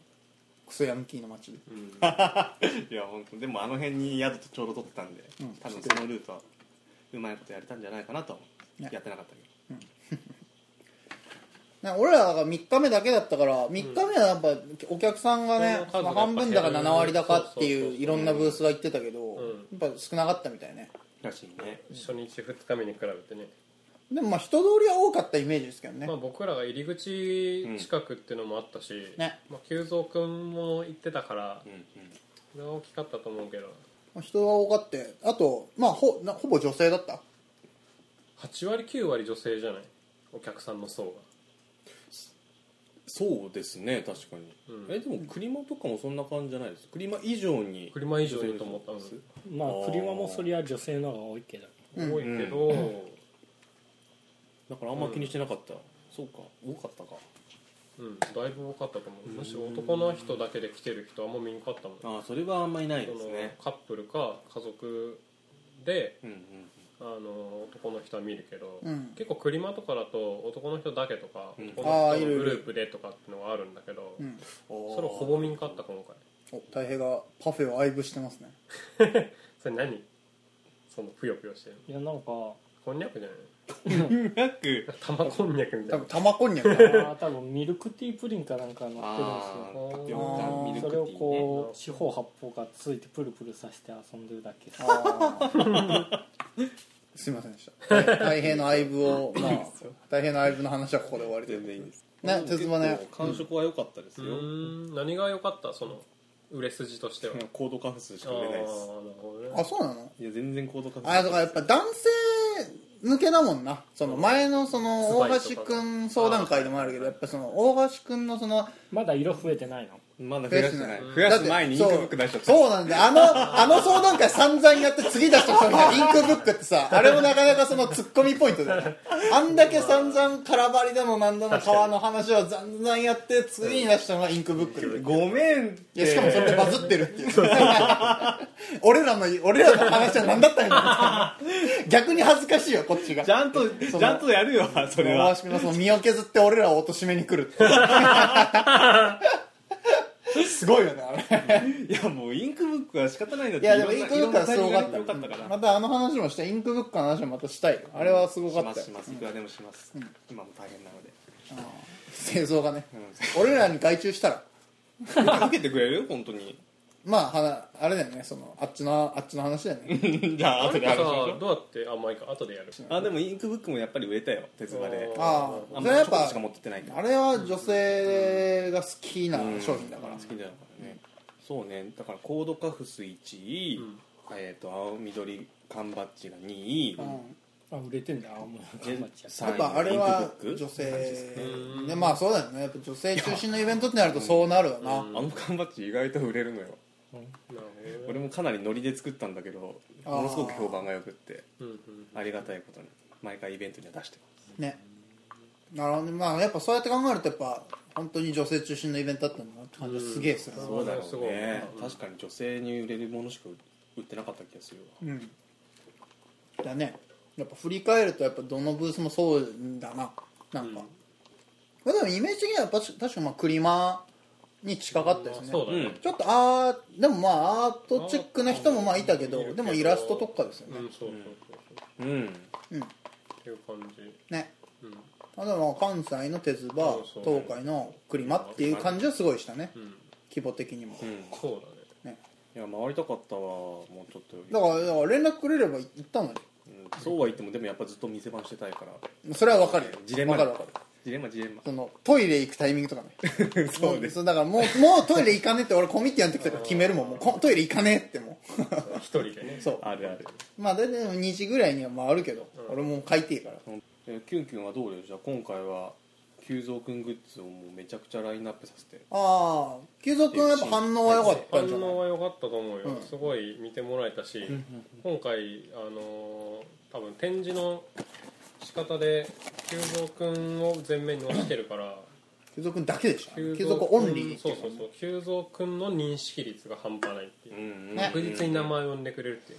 Speaker 1: クソヤンキーの街で
Speaker 3: うん
Speaker 5: いや本当でもあの辺に宿とちょうど取ってたんで、
Speaker 1: うん
Speaker 5: 多分そのルートはうまいことやれたんじゃないかなとは思
Speaker 1: ね
Speaker 5: うやってなかったけど
Speaker 1: なんか俺らが3日目だけだったから3日目はやっぱお客さんがね、
Speaker 3: その数がやっぱ
Speaker 1: まあ半分だか
Speaker 3: 減る
Speaker 1: 7割だかって
Speaker 3: そう
Speaker 1: い
Speaker 3: そううそう
Speaker 1: いろんなブースが行ってたけど、
Speaker 3: ん
Speaker 1: やっぱ少なかったみたいね
Speaker 5: らしいね
Speaker 3: 初日2日目に比べてね
Speaker 1: でもまあ人通りは多かったイメージですけどね、
Speaker 3: まあ僕らが入り口近くっていうのもあったし
Speaker 1: ね
Speaker 3: まあ久蔵君も行ってたから
Speaker 5: うんうん
Speaker 3: それは大きかったと思うけど
Speaker 1: まあ人が多かってあとまあほなほぼ女性だった
Speaker 3: 8割9割女性じゃないお客さんの層が
Speaker 5: そうですね確かに、
Speaker 3: うん
Speaker 5: えでも車とかもそんな感じじゃないです車以上に
Speaker 3: 車以上にと思ったんです
Speaker 4: まあ
Speaker 5: あー
Speaker 4: 車もそりゃ女性の方が多いけど
Speaker 1: うん
Speaker 3: 多いけど、
Speaker 5: だからあんま気にしてなかった、そうか多かったか
Speaker 3: うん、だいぶ多かったと思うむしろ男の人だけで来てる人はあんま見んかったもん
Speaker 5: ああそれはあんまりない
Speaker 3: そ
Speaker 5: で
Speaker 3: の
Speaker 5: すね
Speaker 3: カップルか家族で
Speaker 5: うんうん
Speaker 3: あの男の人は見るけど、
Speaker 1: うん
Speaker 3: 結構車とかだと男の人だけとか、
Speaker 5: うん
Speaker 3: 男の
Speaker 1: あーい
Speaker 3: 人
Speaker 1: るいる
Speaker 3: のグループでとかってのがあるんだけど、
Speaker 1: うん
Speaker 5: そ
Speaker 3: それをほ ぼ見んかった今回
Speaker 1: お大平がパフェを愛撫してますね
Speaker 3: それ何そのぷよぷよしてるの
Speaker 4: いやなんか
Speaker 3: こんにゃくじゃな
Speaker 5: 約
Speaker 3: いの玉こんにゃくみ
Speaker 1: 多
Speaker 3: たいな
Speaker 1: 分玉こんにゃく
Speaker 4: あ
Speaker 1: だ
Speaker 4: ー多分ミルクティープリンかなんか乗ってるん
Speaker 5: あ
Speaker 4: で
Speaker 5: あタピオ
Speaker 1: あー
Speaker 5: カミ
Speaker 4: す
Speaker 5: ルクティ
Speaker 4: よそれを
Speaker 5: ーね
Speaker 4: こう四方八方がついてプルプルさせて遊んでるだけです
Speaker 1: あーすいませんでしたはい大平の愛撫を、まあ、大平の愛撫の話はここで終わりで
Speaker 5: 全然いいです
Speaker 1: ね手妻ね
Speaker 5: 結構感触は良かったです
Speaker 3: う
Speaker 5: よ、
Speaker 3: ーん何が良かったその売れ筋としては、あ
Speaker 5: コードカフスしか
Speaker 3: あ
Speaker 5: 売
Speaker 3: ー
Speaker 5: れな
Speaker 3: な
Speaker 5: い
Speaker 3: る
Speaker 5: です
Speaker 3: ほどね
Speaker 1: あそうなの
Speaker 5: いや全然コードカフス
Speaker 1: あだからやっぱ男性向けだもんなその前のその大
Speaker 3: スパイ
Speaker 1: 橋
Speaker 3: とか
Speaker 1: くん相談会でもあるけどやっぱその大橋くんのその
Speaker 4: まだ色増えてないの
Speaker 5: まだ増やしてない
Speaker 1: 増やしてない
Speaker 5: 増やす前にインクブック出しちゃった
Speaker 1: そうなんだよあのあの相談会散々やって次出した人み たいなインクブックってさあれもなかなかそのツッコミポイントだよねあんだけ散々空張りでも何だの川の話を散々やって次に出したのがインクブックだよ
Speaker 5: ごめんって
Speaker 1: いやしかもそれでバズってるっていう 俺らの俺らの話は何だったんや逆に恥ずかしいよこっちが
Speaker 5: ちゃんとち
Speaker 1: その
Speaker 5: ゃんとやるよそれ
Speaker 1: 大
Speaker 5: は
Speaker 1: 橋君のその身を削って俺らを貶としめに来る って すごいよねあれ
Speaker 5: いやもうインクブックは仕方ないんだっ
Speaker 1: い
Speaker 5: てい
Speaker 1: やでもインクブックはすごかっ
Speaker 5: よかっ
Speaker 1: た
Speaker 5: たから
Speaker 1: またあの話もしたインクブックの話もまたしたいよあれはすご
Speaker 5: し
Speaker 1: か
Speaker 5: ま
Speaker 1: った
Speaker 5: す
Speaker 1: よ
Speaker 5: しますいくらでもします今も大変なので
Speaker 1: 製造がね
Speaker 5: う
Speaker 1: 俺らに外注したら
Speaker 5: かけてくれる本当に
Speaker 1: まあはあれだよねそのあっちのあっちの話だよね
Speaker 5: じゃあ後で話しまし
Speaker 3: あれ
Speaker 5: ょ
Speaker 3: さ
Speaker 5: う
Speaker 3: どうやってあまあいいか後でやる
Speaker 5: あでもインクブックもやっぱり売れたよ鉄場で
Speaker 1: ああ
Speaker 5: あ
Speaker 1: そ
Speaker 5: んま
Speaker 1: れはや
Speaker 5: り
Speaker 1: っ
Speaker 5: ちょっとしか
Speaker 1: ぱ
Speaker 5: 持ってってないから
Speaker 1: あれは女性が好きな商品だから
Speaker 5: 好きだからねそうねだからコードカフス1位、えっ、と青緑缶バッジが2位、
Speaker 1: うん
Speaker 4: あ売れてんだ青森
Speaker 5: で
Speaker 4: の町
Speaker 5: 3
Speaker 1: やっ
Speaker 5: 位
Speaker 1: ぱあれ
Speaker 5: イン
Speaker 1: は
Speaker 5: クブック
Speaker 1: 女性ねまあそうだよねやっぱ女性中心のイベントってなるとそうなるよな
Speaker 5: あの缶バッジ意外と売れるのよ
Speaker 3: なるほどね
Speaker 5: 俺もかなりノリで作ったんだけど
Speaker 1: あー
Speaker 5: ものすごく評判がよくって
Speaker 3: うんうん
Speaker 5: ありがたいことに毎回イベントには出してます
Speaker 1: ねなるほどねまあやっぱそうやって考えるとやっぱ本当に女性中心のイベントだったんだなって感じがすげえするな
Speaker 3: そうだろうね
Speaker 5: そうね
Speaker 3: うん
Speaker 5: 確かに女性に売れるものしか売ってなかった気がするわ
Speaker 1: うんだねやっぱ振り返るとやっぱどのブースもそうだななんか、まあでもイメージ的にはやっぱし確かまあクリマに近かったですね
Speaker 3: そうだね
Speaker 5: うん
Speaker 1: ちょっとあーでもまあアートチックな人もまあいたけど
Speaker 3: る
Speaker 1: でもイラストとかですよね
Speaker 3: うんそうそうそうそ
Speaker 5: う
Speaker 3: う
Speaker 5: ん
Speaker 1: うん
Speaker 3: っていう感じ
Speaker 1: ね
Speaker 3: うん
Speaker 1: あでも関西の鉄場
Speaker 3: そうそう
Speaker 1: 東海のクリマっていう感じはすごいしたね
Speaker 3: うん
Speaker 1: 規模的にも
Speaker 5: うん
Speaker 3: そうだね
Speaker 5: いや回りたかったわもうちょっとより
Speaker 1: だからだから連絡くれれば行ったの
Speaker 5: うんそうは言ってもでもやっぱずっと店番してたいから
Speaker 1: にそれは分かるよ
Speaker 5: ジレンマ
Speaker 1: 分かる分かる
Speaker 5: ジレンマジレンマ
Speaker 1: そのトイレ行くタイミングとかね
Speaker 5: そうです
Speaker 1: もだからもうもうトイレ行かねえって俺コミッティアの時とか決めるもんもうこトイレ行かねえっても
Speaker 3: 一人でね
Speaker 1: うそう
Speaker 5: あるある
Speaker 1: まあ大体2時ぐらいには回るけど、
Speaker 3: うん
Speaker 1: 俺もう書いていいから
Speaker 5: えキュンキュンはどうでした今回は久蔵くんグッズをもうめちゃくちゃラインナップさせて
Speaker 1: ああ久蔵君はやっぱ反応は良かったんじゃ
Speaker 3: 反
Speaker 1: ない
Speaker 3: 応は良かったと思うよ、
Speaker 1: うん
Speaker 3: すごい見てもらえたし、今回あのー多分展示の仕方で久蔵君を前面に押してるから
Speaker 1: 久蔵君だけでしたね久蔵君オンリーって
Speaker 3: そ
Speaker 1: いううか
Speaker 3: そうそう久蔵君の認識率が半端ないっていう、
Speaker 5: ん
Speaker 1: ね
Speaker 3: 確実に名前を呼んでくれるっていう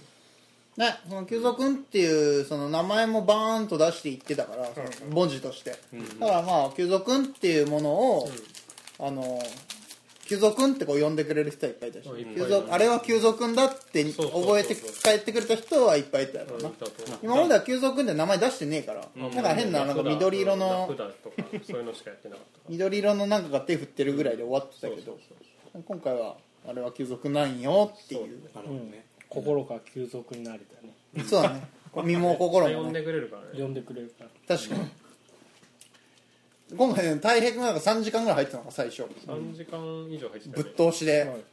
Speaker 1: ねその久蔵君っていうその名前もバーンと出していってたからその文字として、だからまあ久蔵君っていうものを、あの久蔵君ってこう呼んでくれる人はいっぱいいたし、
Speaker 3: うんいっぱいいた
Speaker 1: 久蔵あれは久蔵君だって
Speaker 3: そうそうそ
Speaker 1: 覚
Speaker 3: う
Speaker 1: えて帰ってくれた人はいっぱいいたやろうな、
Speaker 3: だと思う
Speaker 1: 今までは久蔵君って名前出してねえから、なんか変ななんか緑色の、
Speaker 3: 普段とかそういうのしかやってなかったから
Speaker 1: 緑色のなんかが手振ってるぐらいで終わってた
Speaker 3: そう
Speaker 1: け
Speaker 3: そう
Speaker 1: ど、
Speaker 3: そう
Speaker 1: 今回はあれは久蔵君なんよっていう
Speaker 5: なるほどね
Speaker 4: 心が急速になれたね
Speaker 1: そうだね身も心
Speaker 3: 呼
Speaker 1: も
Speaker 3: ん
Speaker 1: ね
Speaker 3: でくれるからね
Speaker 4: 呼んでくれるから
Speaker 1: 確かに今回ね大平君なんか3時間ぐらい入ってたのか最初
Speaker 3: 3時間以上入って
Speaker 1: ぶ
Speaker 3: た
Speaker 1: っ
Speaker 3: よね
Speaker 1: 通し
Speaker 4: は
Speaker 1: で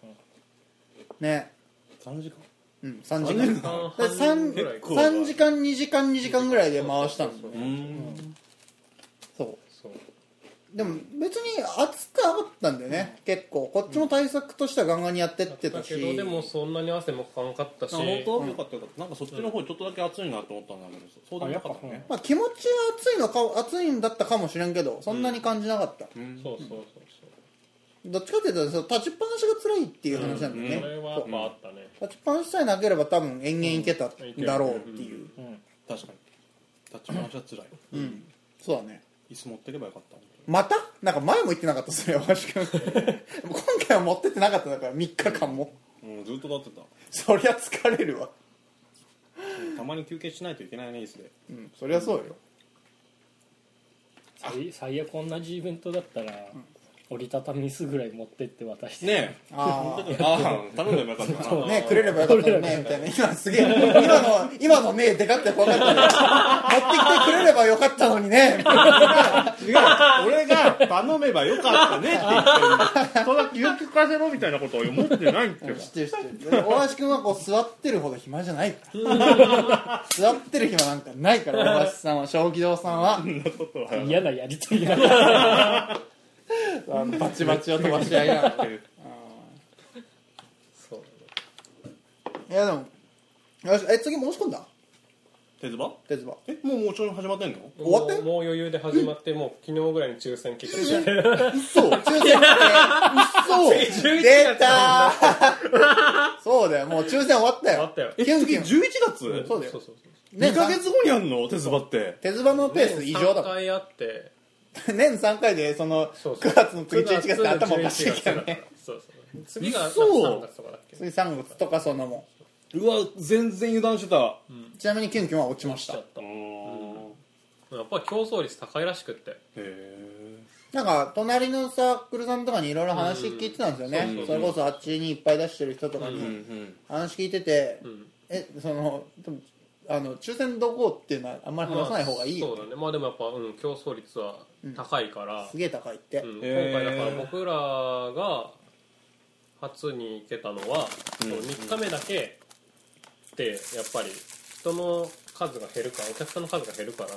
Speaker 4: い
Speaker 1: ね
Speaker 5: 3時間
Speaker 1: うん3時間
Speaker 3: 半
Speaker 1: で
Speaker 3: 半
Speaker 1: 3,
Speaker 3: ぐらいか
Speaker 5: 構
Speaker 1: 3時間2時間2時間ぐらいで回したんだ
Speaker 3: そう
Speaker 1: よ
Speaker 3: そ
Speaker 1: ね
Speaker 5: う
Speaker 3: う
Speaker 5: ん
Speaker 1: そ
Speaker 3: そう
Speaker 1: うでも別に暑くなかったんだよね、結構こっちも対策としてはガンガンにやってって
Speaker 3: だ
Speaker 1: たし
Speaker 3: けどでもそんなに汗もかかんかったし
Speaker 5: あ本当よかったよかったなんかそっちの方ちょっとだけ暑いなと思ったんだけどそうでもなかったね
Speaker 1: まあ、気持ちは暑いのか暑いんだったかもしれんけどそんなに感じなかった、
Speaker 5: うん
Speaker 3: そうそうそう
Speaker 1: どっちかっていうとその立ちっぱなしが辛いっていう話なんだ
Speaker 3: そう
Speaker 1: よね、
Speaker 3: それはや
Speaker 1: そ
Speaker 3: っ
Speaker 1: う
Speaker 3: ぱあったね
Speaker 1: 立ちっぱなしさえなければ多分延々いけたんだろうっていう、
Speaker 4: うん
Speaker 5: 確かに立ち話は辛い
Speaker 1: うん、そうだね
Speaker 5: 椅子持ってればよかった本
Speaker 1: またなんか前も言ってなかったそれ大橋君今回は持ってってなかっただから3日間も
Speaker 5: 当にうんずっと立って
Speaker 1: そりゃ疲れるわ
Speaker 5: たたまに休憩しないといけないね椅子で
Speaker 1: うんそりゃそうよ
Speaker 4: 最最悪同じイベントだったら折りたたみすぐらい持ってって渡して
Speaker 5: ねえ
Speaker 1: ああ
Speaker 5: ああ頼んでもよかったな
Speaker 1: ねくれればよかったのに ねみたいな今すげえ今の今のねでかって怖かったよ持ってきてくれればよかったのにねみたいな
Speaker 5: 違う俺が頼めばよかったねって言 ってるそんな気を利かせろみたいなことを思ってないって
Speaker 1: 知ってる知ってる大橋君はこう座ってるほど暇じゃないから 座ってる暇なんかないから大橋さんは小義堂さんは
Speaker 4: 嫌なやりとりだな
Speaker 1: あのバチバチを飛ばし合いながら
Speaker 5: うん
Speaker 1: いやでもよしえ次申し込んだ
Speaker 5: 鉄場
Speaker 1: 鉄場
Speaker 5: えもうもうちょい始まってんの
Speaker 1: 終わって
Speaker 3: もうもう余裕で始まってもう昨日ぐらいに抽選 結果出て
Speaker 1: そう抽選終わって嘘
Speaker 3: 11
Speaker 1: 出たーそうだよもう抽選終わった
Speaker 3: あ
Speaker 1: よ
Speaker 3: ったよ
Speaker 5: え
Speaker 1: キュンキ
Speaker 5: 次
Speaker 1: ュン
Speaker 5: 11月
Speaker 1: そうだよ
Speaker 3: そうそう
Speaker 5: 2ヶ月後にやんの鉄場って
Speaker 1: 鉄場のペース異常だ
Speaker 3: 3
Speaker 1: もん
Speaker 3: 回あって
Speaker 1: 年3回でその
Speaker 3: そうそう
Speaker 1: 9月の次11月って頭おかしいけど
Speaker 3: 11月だ
Speaker 1: ね
Speaker 3: らそうそう次が
Speaker 5: 嘘
Speaker 3: 3月とかだっけ
Speaker 1: 次3月とかそんなも
Speaker 5: うわ全然油断してた
Speaker 1: んちなみにキュンキュンは落ちまし
Speaker 3: 来ちゃ
Speaker 1: た
Speaker 3: った
Speaker 5: へ
Speaker 3: やっぱ競争率高いらしくって
Speaker 5: え
Speaker 1: なんか隣のサークルさんとかにいろいろ話聞いてたんですよね、
Speaker 5: うん
Speaker 1: それこそあっちにいっぱい出してる人とか
Speaker 5: うんう
Speaker 1: に
Speaker 5: ん
Speaker 1: 話聞いてて、
Speaker 3: ん
Speaker 1: えそのでもあの抽選どこっていうのはあんまり話さない方がいいよ、
Speaker 3: まあそうだねまあでもやっぱ、うん、競争率は高いから、
Speaker 1: すげえ高いって、
Speaker 3: うん
Speaker 5: へー
Speaker 3: 今回だから僕らが初に行けたのは、その3日目だけでやっぱり人の数が減るからお客さんの数が減るから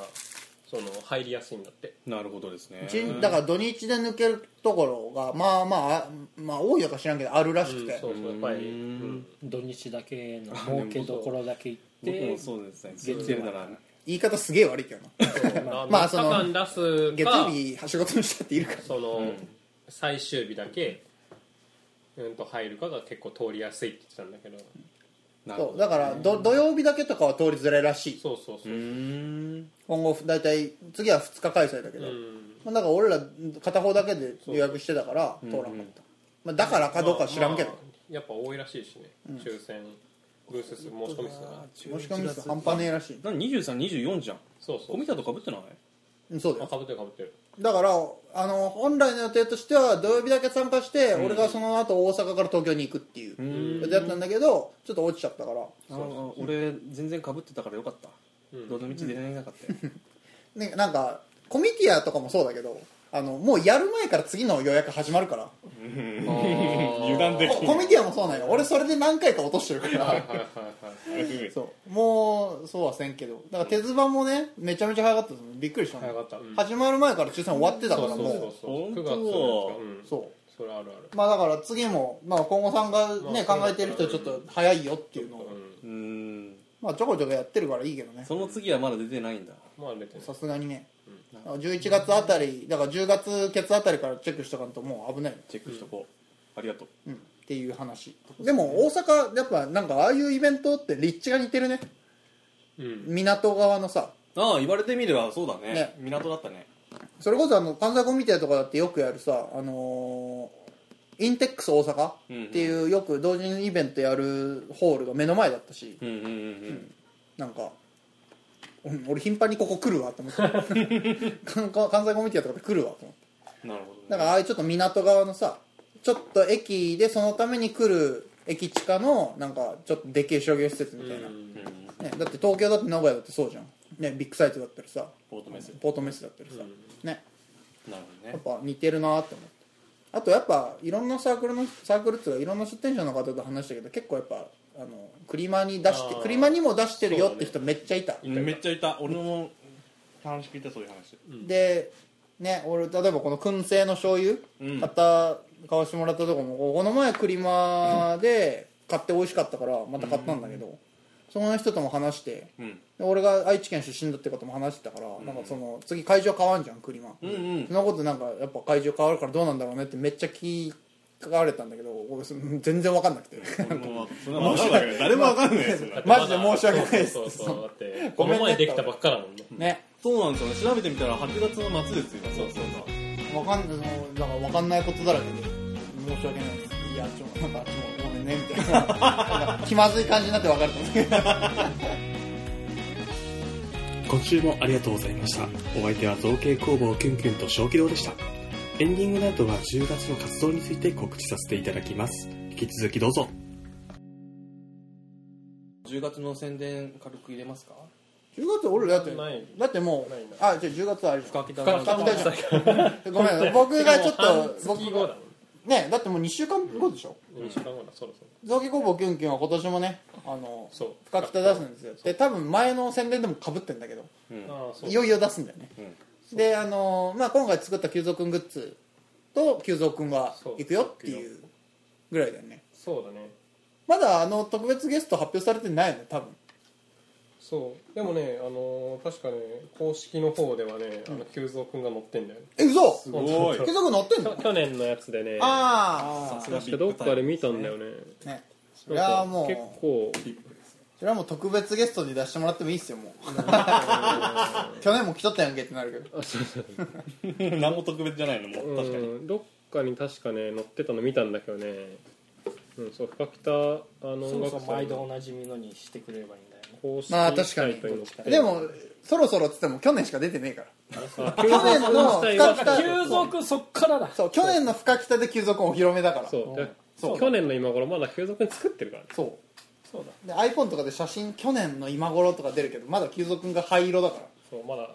Speaker 3: その入りやすいんだって
Speaker 5: なるほどですね
Speaker 1: 一日だから土日で抜けるところがまあまああまあ多いのか知らんけどあるらしくて、
Speaker 3: そうそうやっぱり、
Speaker 5: う
Speaker 3: うんん、
Speaker 4: 土日だけの儲けどころだけ行って
Speaker 5: 僕もそうですね
Speaker 4: 月曜
Speaker 5: 月曜なら
Speaker 1: 言い方すげえ悪いけどなまあその
Speaker 3: 3日間出すか
Speaker 1: 月曜日仕事の人っているから
Speaker 3: その、最終日だけ、うん、と入るかが結構通りやすいって言ってたんだけど
Speaker 5: なるほ
Speaker 1: そ
Speaker 5: ど
Speaker 1: うだからど土曜日だけとかは通りづらいらしい
Speaker 3: そうそうそうう、
Speaker 5: ーん
Speaker 1: 今後大体次は2日開催だけど、
Speaker 3: うん
Speaker 1: まあ、だから俺ら片方だけで予約してたから通らなかった、まあ、だからかどうかは知らんけど、
Speaker 3: まあまあやっぱ多いらしいしね、抽選ブース数申し込み数が
Speaker 1: 申し込み数半端ねえらしい
Speaker 5: 何2324じゃん
Speaker 3: そうそ
Speaker 5: コ
Speaker 3: う
Speaker 5: ミタとかぶってない
Speaker 1: うんそうだ
Speaker 3: あ
Speaker 1: よ
Speaker 3: かぶってるかぶって る
Speaker 1: だからあの本来の予定としては土曜日だけ参加して、俺がその後大阪から東京に行くっていう予定だったんだけどちょっと落ちちゃったから、
Speaker 5: ああ俺全然かぶってたからよかった
Speaker 3: ん
Speaker 5: どの道出られなかったよ
Speaker 1: ね、なんかコミティアとかもそうだけどあのもうやる前から次の予約始まる から
Speaker 5: 油断で
Speaker 1: こコミティアもそうなんよ俺それで何回か落としてるから
Speaker 3: はいはいはい
Speaker 1: そうもうそうはせんけどだから鉄板もねめちゃめちゃ早かったですねびっくりしたね
Speaker 3: 早かった、うん
Speaker 1: 始まる前から抽選終わってたからもう
Speaker 3: そうそうそう
Speaker 5: 本当
Speaker 3: 9月のやつかうん
Speaker 1: そ
Speaker 3: それあるある
Speaker 1: うまあだから次も、まあ、今後さんがね、
Speaker 3: まあ
Speaker 1: 考えてる人はちょっと早いよっていうのを、
Speaker 3: うん
Speaker 5: うん
Speaker 1: まあちょこちょこやってるからいいけどね
Speaker 5: その次はまだ出てないんだ
Speaker 3: まあ出てね
Speaker 1: さすがにね、11月あたりだから10月ケツあたりからチェックしとかんともう危ないよ
Speaker 5: チェックしとこうありがとう
Speaker 1: うんっていう話でも大阪やっぱなんかああいうイベントって立地が似てるね
Speaker 3: うん
Speaker 1: 港側のさ
Speaker 5: ああ言われてみればそうだね
Speaker 1: ね
Speaker 5: 港だったね
Speaker 1: それこそあの関西コミティアとかだってよくやるさあのーインテックス大阪っていうよく同人イベントやるホールが目の前だったし
Speaker 5: うんうんうん
Speaker 1: なんかうん俺頻繁にここ来るわと思 って関関西コミティアとかで来るわと思って
Speaker 5: うんなるほ
Speaker 1: だから
Speaker 5: どね
Speaker 1: ああいうちょっと港側のさちょっと駅でそのために来る駅地下のなんかちょっとでっけえ商業施設みたいな、
Speaker 3: うん
Speaker 5: うん
Speaker 1: ね、だって東京だって名古屋だってそうじゃん、ね、ビッグサイトだったりさ
Speaker 5: ポートメッセ
Speaker 1: ポートメッセだったりさ、ね
Speaker 5: なるほど
Speaker 1: やっ
Speaker 5: ね
Speaker 1: ぱ似てるなって思ってあとやっぱいろんなサークルのサークルっていうかいろんな出店者の方と話したけど結構やっぱあのクリマに出して
Speaker 3: あー
Speaker 1: クリマにも出してるよ
Speaker 3: そう
Speaker 1: っ
Speaker 3: だ
Speaker 1: て
Speaker 3: ね
Speaker 1: 人めっちゃいた、
Speaker 5: うんめっちゃいた俺も話聞いたそういう話
Speaker 1: でね俺例えばこの燻製の醤油
Speaker 5: うん
Speaker 1: 買った買わしてもらったとこもこの前クリマで買って美味しかったからまた買ったんだけど、その人とも話して
Speaker 5: うん
Speaker 1: で俺が愛知県出身だってことも話してたから、なんかその次会場変わんじゃんクリマ、
Speaker 5: うんうん
Speaker 1: そんなことなんかやっぱ会場変わるからどうなんだろうねってめっちゃ聞かれたんだけど俺その全然分かんなくて
Speaker 5: 俺もそんなわかんないよ誰もわかんないやつだ
Speaker 1: マジで申し訳ないです
Speaker 3: そうそうそうだって
Speaker 1: ごめ
Speaker 3: こ
Speaker 1: んね
Speaker 3: の前できたばっかだもんね
Speaker 1: ね
Speaker 5: そうなんですよね調べてみたら8月の末ですよそうそうそう
Speaker 1: 分かんないそのだから分かんないことだらけで申し訳ないですいやちょっとなんかもうごめんねみたいななんか気まずい感じになって分かると思うけど
Speaker 6: 今週もありがとうございました。お相手は造形工房キュンキュンと小気道でした。エンディングの後は10月の活動について告知させていただきます。引き続きどうぞ。
Speaker 5: 10月の宣伝軽く入れますか
Speaker 1: 10月俺だって
Speaker 3: ない
Speaker 1: だってもう
Speaker 3: ないな
Speaker 1: あじゃあ10月はあれじゃ
Speaker 5: 深木だ
Speaker 1: ん
Speaker 5: な
Speaker 1: 深北じゃんごめん僕がちょっと
Speaker 3: 半月後
Speaker 1: 僕
Speaker 3: だも
Speaker 1: ねだってもう2週間後でしょ
Speaker 3: ん2週間後だそろそ
Speaker 1: 造
Speaker 3: ろ
Speaker 1: 形工房キュンキュンは今年もねあの
Speaker 3: そう
Speaker 1: 深北出すんですよで多分前の宣伝でもかぶってんだけど
Speaker 3: ああそう
Speaker 1: いよいよ出すんだよね、であのーまあ、今回作った久蔵くんグッズと久蔵くんが行くよっていうぐらいだよね
Speaker 3: そうだね
Speaker 1: まだあの特別ゲスト発表されてないよね多分
Speaker 3: そうでもね、あのー確かね公式の方ではねあの久蔵くんが乗ってんだよね、
Speaker 1: え嘘
Speaker 3: す
Speaker 2: ごい
Speaker 1: 継続乗ってん
Speaker 3: 去
Speaker 1: の
Speaker 3: 去年のやつでね
Speaker 1: ああ
Speaker 3: 確かどっかで見たんだよね
Speaker 1: ねそ
Speaker 3: なん
Speaker 1: れ
Speaker 3: か
Speaker 1: はもう
Speaker 3: 結構
Speaker 1: それはもう特別ゲストに出してもらってもいいっすよも う去年も来とったやんけってなるけど
Speaker 5: 何も特別じゃないのもう確かに
Speaker 3: うんどっかに確かね乗ってたの見たんだけどねうんそう深北あの
Speaker 4: そ
Speaker 3: 音
Speaker 4: もそ
Speaker 3: 楽
Speaker 4: も
Speaker 3: 祭
Speaker 4: 毎度お
Speaker 3: の
Speaker 4: なじみのにしてくれればいいんだよね
Speaker 3: 公式
Speaker 1: まあ確か
Speaker 3: サ
Speaker 1: に
Speaker 3: イトに乗って
Speaker 1: でもそろそろっつっても去年しか出てねえから去
Speaker 3: あ
Speaker 1: 年の
Speaker 3: 久
Speaker 1: 深
Speaker 3: 蔵
Speaker 1: 北
Speaker 4: 急速そっからだ
Speaker 1: そう去年の深北で急速お披露目だから
Speaker 3: そうで
Speaker 4: そう
Speaker 3: 去年の今頃まだ久蔵くん作ってるからね
Speaker 1: そう
Speaker 4: そうだ
Speaker 1: で iPhone とかで写真去年の今頃とか出るけどまだ急くんが灰色だか
Speaker 3: そうまだ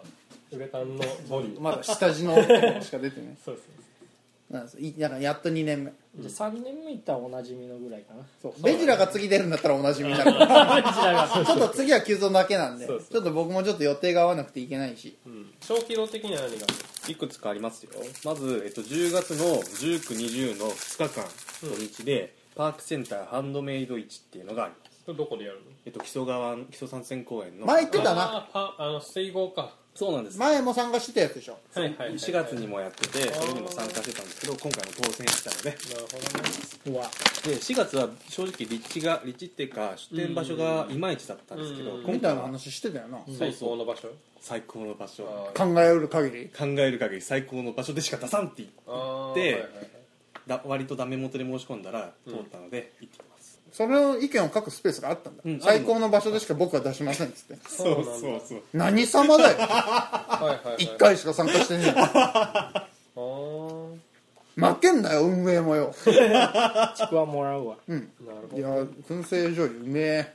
Speaker 3: ウレタンのボディ
Speaker 1: らまだ下地の しか出てない
Speaker 3: そうですね
Speaker 1: なんですいなんかやっと2年目
Speaker 4: じゃあ3年目いったらおなじみのぐらいかな
Speaker 1: そうベジラが次出るんだったらおなじみだからちょっと次は急増だけなんで
Speaker 3: そうそう
Speaker 1: ちょっと僕もちょっと予定が合わなくていけないし
Speaker 3: うん小規模的には何が
Speaker 5: いくつかありますよまず、えっと、10月の1920の2日間土日で、パークセンターハンドメイド市っていうのがあります、
Speaker 3: どこでやるの
Speaker 5: えっと、木曽川木曽三泉公園の
Speaker 1: 前行ってたな
Speaker 3: あーパあの水郷か
Speaker 5: そうなんです
Speaker 1: 前も参加してたやつでしょ
Speaker 3: はいはいはい
Speaker 5: 4月にもやっててそれにも参加してたんですけど今回も当選したので
Speaker 3: なるほどね
Speaker 4: うわ
Speaker 5: で4月は正直立地が立地っていうか出店場所がいまいちだったんですけど
Speaker 3: うん
Speaker 1: み
Speaker 5: 今
Speaker 1: た
Speaker 5: 回
Speaker 1: いな
Speaker 5: は
Speaker 1: 話してたよな
Speaker 3: 最高の場所
Speaker 5: 最高の場所
Speaker 3: あー
Speaker 1: 考えうる限り
Speaker 5: 考える限り最高の場所でしか出さんって
Speaker 3: あー
Speaker 5: 言って
Speaker 3: はいはいはい
Speaker 5: だ割とダメ元で申し込んだら通ったので行ってきます、
Speaker 1: それを意見を書くスペースがあったんだ、
Speaker 5: うん
Speaker 1: 最高の場所でしか僕は出しませんっつって
Speaker 5: そう
Speaker 3: なんだ
Speaker 5: そうそう
Speaker 1: 何様だよ
Speaker 3: はいはいはい
Speaker 1: 1回しか参加してね
Speaker 3: あー
Speaker 1: え負けんなよ運営もよ
Speaker 4: ちくわもらうわ
Speaker 3: なるほ
Speaker 1: いや燻製醤油うめえ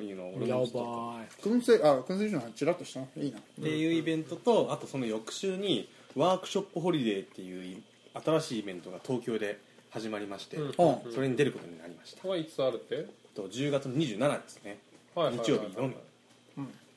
Speaker 5: いうのを俺
Speaker 4: や
Speaker 5: も
Speaker 4: ば
Speaker 5: ちょっと
Speaker 1: 燻製あ燻製醤油チラッとしたないいな
Speaker 5: っていうイベントとあとその翌週にワークショップホリデーっていう新しいイベントが東京で始まりまして、
Speaker 3: うん
Speaker 1: うん
Speaker 5: それに出ることになりました、
Speaker 3: どはいつあるって
Speaker 5: と10月27ですね
Speaker 3: はいはいはいはい
Speaker 5: 日曜日のみ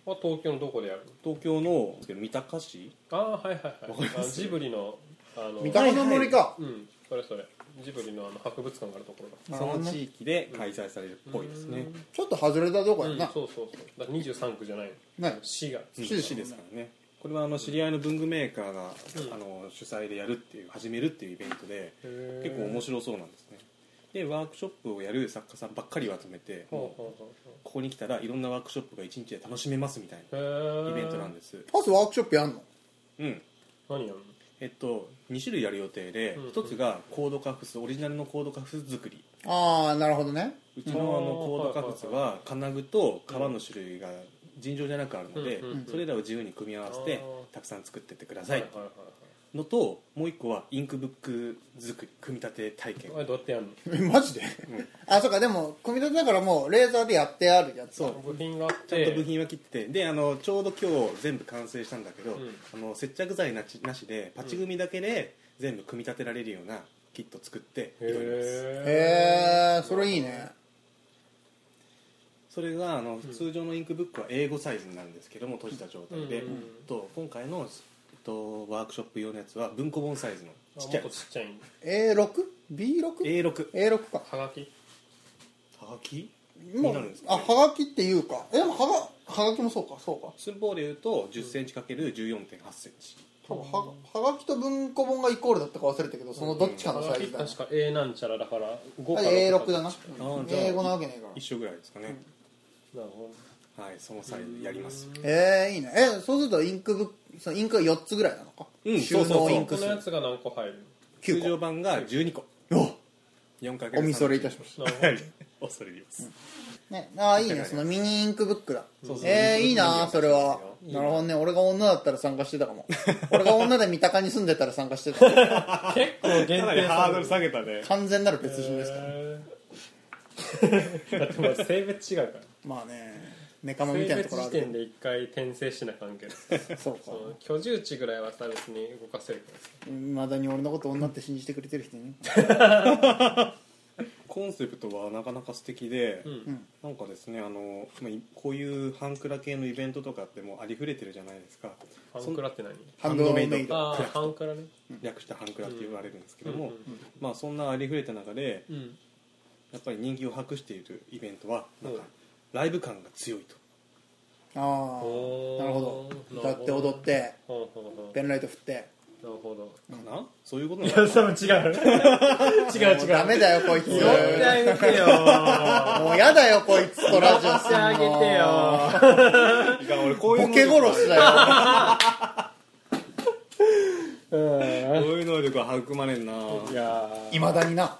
Speaker 3: は東京のどこでやる
Speaker 5: 東京の三鷹市
Speaker 3: のああーはいはい
Speaker 5: わ
Speaker 3: は
Speaker 5: か
Speaker 3: い
Speaker 5: ります
Speaker 3: あのジブリのあの
Speaker 1: 三鷹の森か
Speaker 3: うんそれそれジブリのあの博物館があるところだ
Speaker 1: なるほ
Speaker 5: そ
Speaker 1: ど
Speaker 5: の
Speaker 1: ね
Speaker 5: 地域で開催されるっぽいですね
Speaker 1: ちょっと外れたとこ
Speaker 3: う
Speaker 1: や
Speaker 3: ん
Speaker 1: な、
Speaker 3: そうそうそうだから23区じゃない
Speaker 1: ない
Speaker 3: 市が
Speaker 5: うん
Speaker 1: 市です
Speaker 5: 市ですからねこれはあの知り合いの文具メーカーが、あの主催でやるっていう始めるっていうイベントで
Speaker 3: 結
Speaker 5: 結構面白そうなんですねでワークショップをやる作家さんばっかりを集めて
Speaker 3: ほ
Speaker 5: も
Speaker 3: う
Speaker 5: う
Speaker 3: ほうほうほ
Speaker 5: ここに来たらいろんなワークショップが一日で楽しめますみたいうな
Speaker 3: へ
Speaker 5: イ
Speaker 3: え
Speaker 5: ベントなんです
Speaker 1: パスワークショップやんの
Speaker 5: うん
Speaker 3: 何やるの
Speaker 5: えっと2種類やる予定で
Speaker 3: うん
Speaker 5: 1つがコードカフスオリジナルのコードカフス作り
Speaker 1: ああなるほどね
Speaker 5: うちのあのコードカフスは金具と革の種類が尋常じゃなくあるので、
Speaker 3: うんうんうん
Speaker 5: それらを自由に組み合わせて
Speaker 3: あー
Speaker 5: たくさん作ってってください
Speaker 3: はいはいはい
Speaker 5: のともう一個はインクブック作り組み立て体験
Speaker 3: あれどうやってやるの
Speaker 1: え マジで、あそうかでも組み立てだからもうレーザーでやってあるやつ
Speaker 5: そう
Speaker 3: 部品があって
Speaker 5: ちゃんと部品は切っててであのちょうど今日全部完成したんだけど、
Speaker 3: うん
Speaker 5: あの接着剤なしなしでパチ組みだけで全部組み立てられるようなキット作っています
Speaker 1: へえそれいいね
Speaker 5: それがあの通常のインクブックは英語サイズになるんですけども閉じた状態で、
Speaker 3: うんうんうん
Speaker 5: と今回の、えっと、ワークショップ用のやつは文庫本サイズの
Speaker 3: ち
Speaker 5: ち
Speaker 3: っ
Speaker 5: っ
Speaker 3: ち
Speaker 5: ち
Speaker 3: ゃ
Speaker 5: ゃ
Speaker 3: い
Speaker 5: い
Speaker 3: もっとちっちゃい
Speaker 1: A6B6A6
Speaker 5: A6
Speaker 1: か
Speaker 3: はがき
Speaker 5: はがき
Speaker 1: も
Speaker 5: になるん
Speaker 1: う
Speaker 5: です
Speaker 1: あ
Speaker 5: か、ね、
Speaker 1: はがきっていうかえでもはがはがきもそうかそうか
Speaker 5: 寸法でいうと 10cm×14.8cm
Speaker 1: 多分ははがきと文庫本がイコールだったか忘れたけどそのどっちか
Speaker 3: は
Speaker 1: の
Speaker 3: が
Speaker 1: サ
Speaker 3: き
Speaker 1: イズだな
Speaker 3: 確か A なんちゃらだから5か
Speaker 1: あ
Speaker 3: 6
Speaker 1: A6
Speaker 3: か
Speaker 1: だな
Speaker 5: ーじゃあ
Speaker 1: 英語なわけねえから
Speaker 5: 一緒ぐらいですかね、
Speaker 3: なるほ
Speaker 5: はいそのサイズでやります
Speaker 1: えー、いいねえそうするとインクブックそのインクが4つぐらいなのか、
Speaker 5: うん
Speaker 1: 収納
Speaker 5: そうそうそう
Speaker 1: イ
Speaker 3: ど
Speaker 1: ンク
Speaker 3: この
Speaker 1: 数
Speaker 3: やつが何個入る
Speaker 5: 通
Speaker 1: 9
Speaker 5: 常
Speaker 1: 個
Speaker 5: 版が12個
Speaker 1: お
Speaker 5: 4×
Speaker 1: お見それいたしまし
Speaker 3: なるほ
Speaker 5: は
Speaker 3: ど
Speaker 5: い恐れ入ります、
Speaker 1: たねああいいねそのミニインクブックだ
Speaker 5: そうそう
Speaker 1: えー、いい
Speaker 5: ミニインクブッ
Speaker 1: な
Speaker 5: ク
Speaker 1: それは
Speaker 5: で
Speaker 1: なるほどね俺が女だったら参加してたかも 俺が女で三鷹に住んでたら参加して た
Speaker 3: 結構限
Speaker 5: かなりハードル下げたね
Speaker 1: 完全なる別人ですから、
Speaker 3: だってまあ性別違うか
Speaker 1: まあねネカマ
Speaker 3: ら
Speaker 1: みた
Speaker 3: 性
Speaker 1: いなとこ
Speaker 3: 別
Speaker 1: ろあ
Speaker 3: 時
Speaker 1: るけ
Speaker 3: 点で一回転生しな関係です
Speaker 1: どそうか
Speaker 3: そう居住地ぐらいはさ別に動かせるか
Speaker 1: い
Speaker 3: らさ
Speaker 1: まだに俺のこと女って信じてくれてる人いね
Speaker 5: コンセプトはなかなか素敵で、
Speaker 3: ん
Speaker 5: なんかですねあのまあいこういう半クラ系のイベントとかってもうありふれてるじゃないですか
Speaker 3: ハンクラって何
Speaker 1: ハンドメイド
Speaker 5: ハンドメイド
Speaker 3: ああハンクラね
Speaker 5: 略して半クラって言われるんですけど
Speaker 3: うん
Speaker 5: も、まあ、そんなありふれた中で
Speaker 3: うん
Speaker 5: やっぱり人気を博しているイベントはなんかライブ感が強いと
Speaker 1: ああ
Speaker 3: おー
Speaker 1: なるほど
Speaker 3: なる
Speaker 1: 歌っ
Speaker 3: ほ
Speaker 1: て
Speaker 3: ど
Speaker 1: 踊って
Speaker 3: ほうほうほう
Speaker 1: ペンライト振って
Speaker 3: なるほど
Speaker 5: かな、そう いうこと
Speaker 4: い
Speaker 5: な
Speaker 4: や
Speaker 5: のかな
Speaker 4: 多分違う違う
Speaker 1: もう
Speaker 4: 違う
Speaker 1: ダメだよこいつ
Speaker 3: 寄ってあげ てよ
Speaker 1: もうやだよこいつとラジオ
Speaker 3: 寄ってあげてよ
Speaker 5: いや俺こういう
Speaker 1: ボケ
Speaker 5: 能力
Speaker 1: 殺しだよ
Speaker 4: うん
Speaker 5: こういう能力は育まれんない
Speaker 4: や
Speaker 1: いまだにな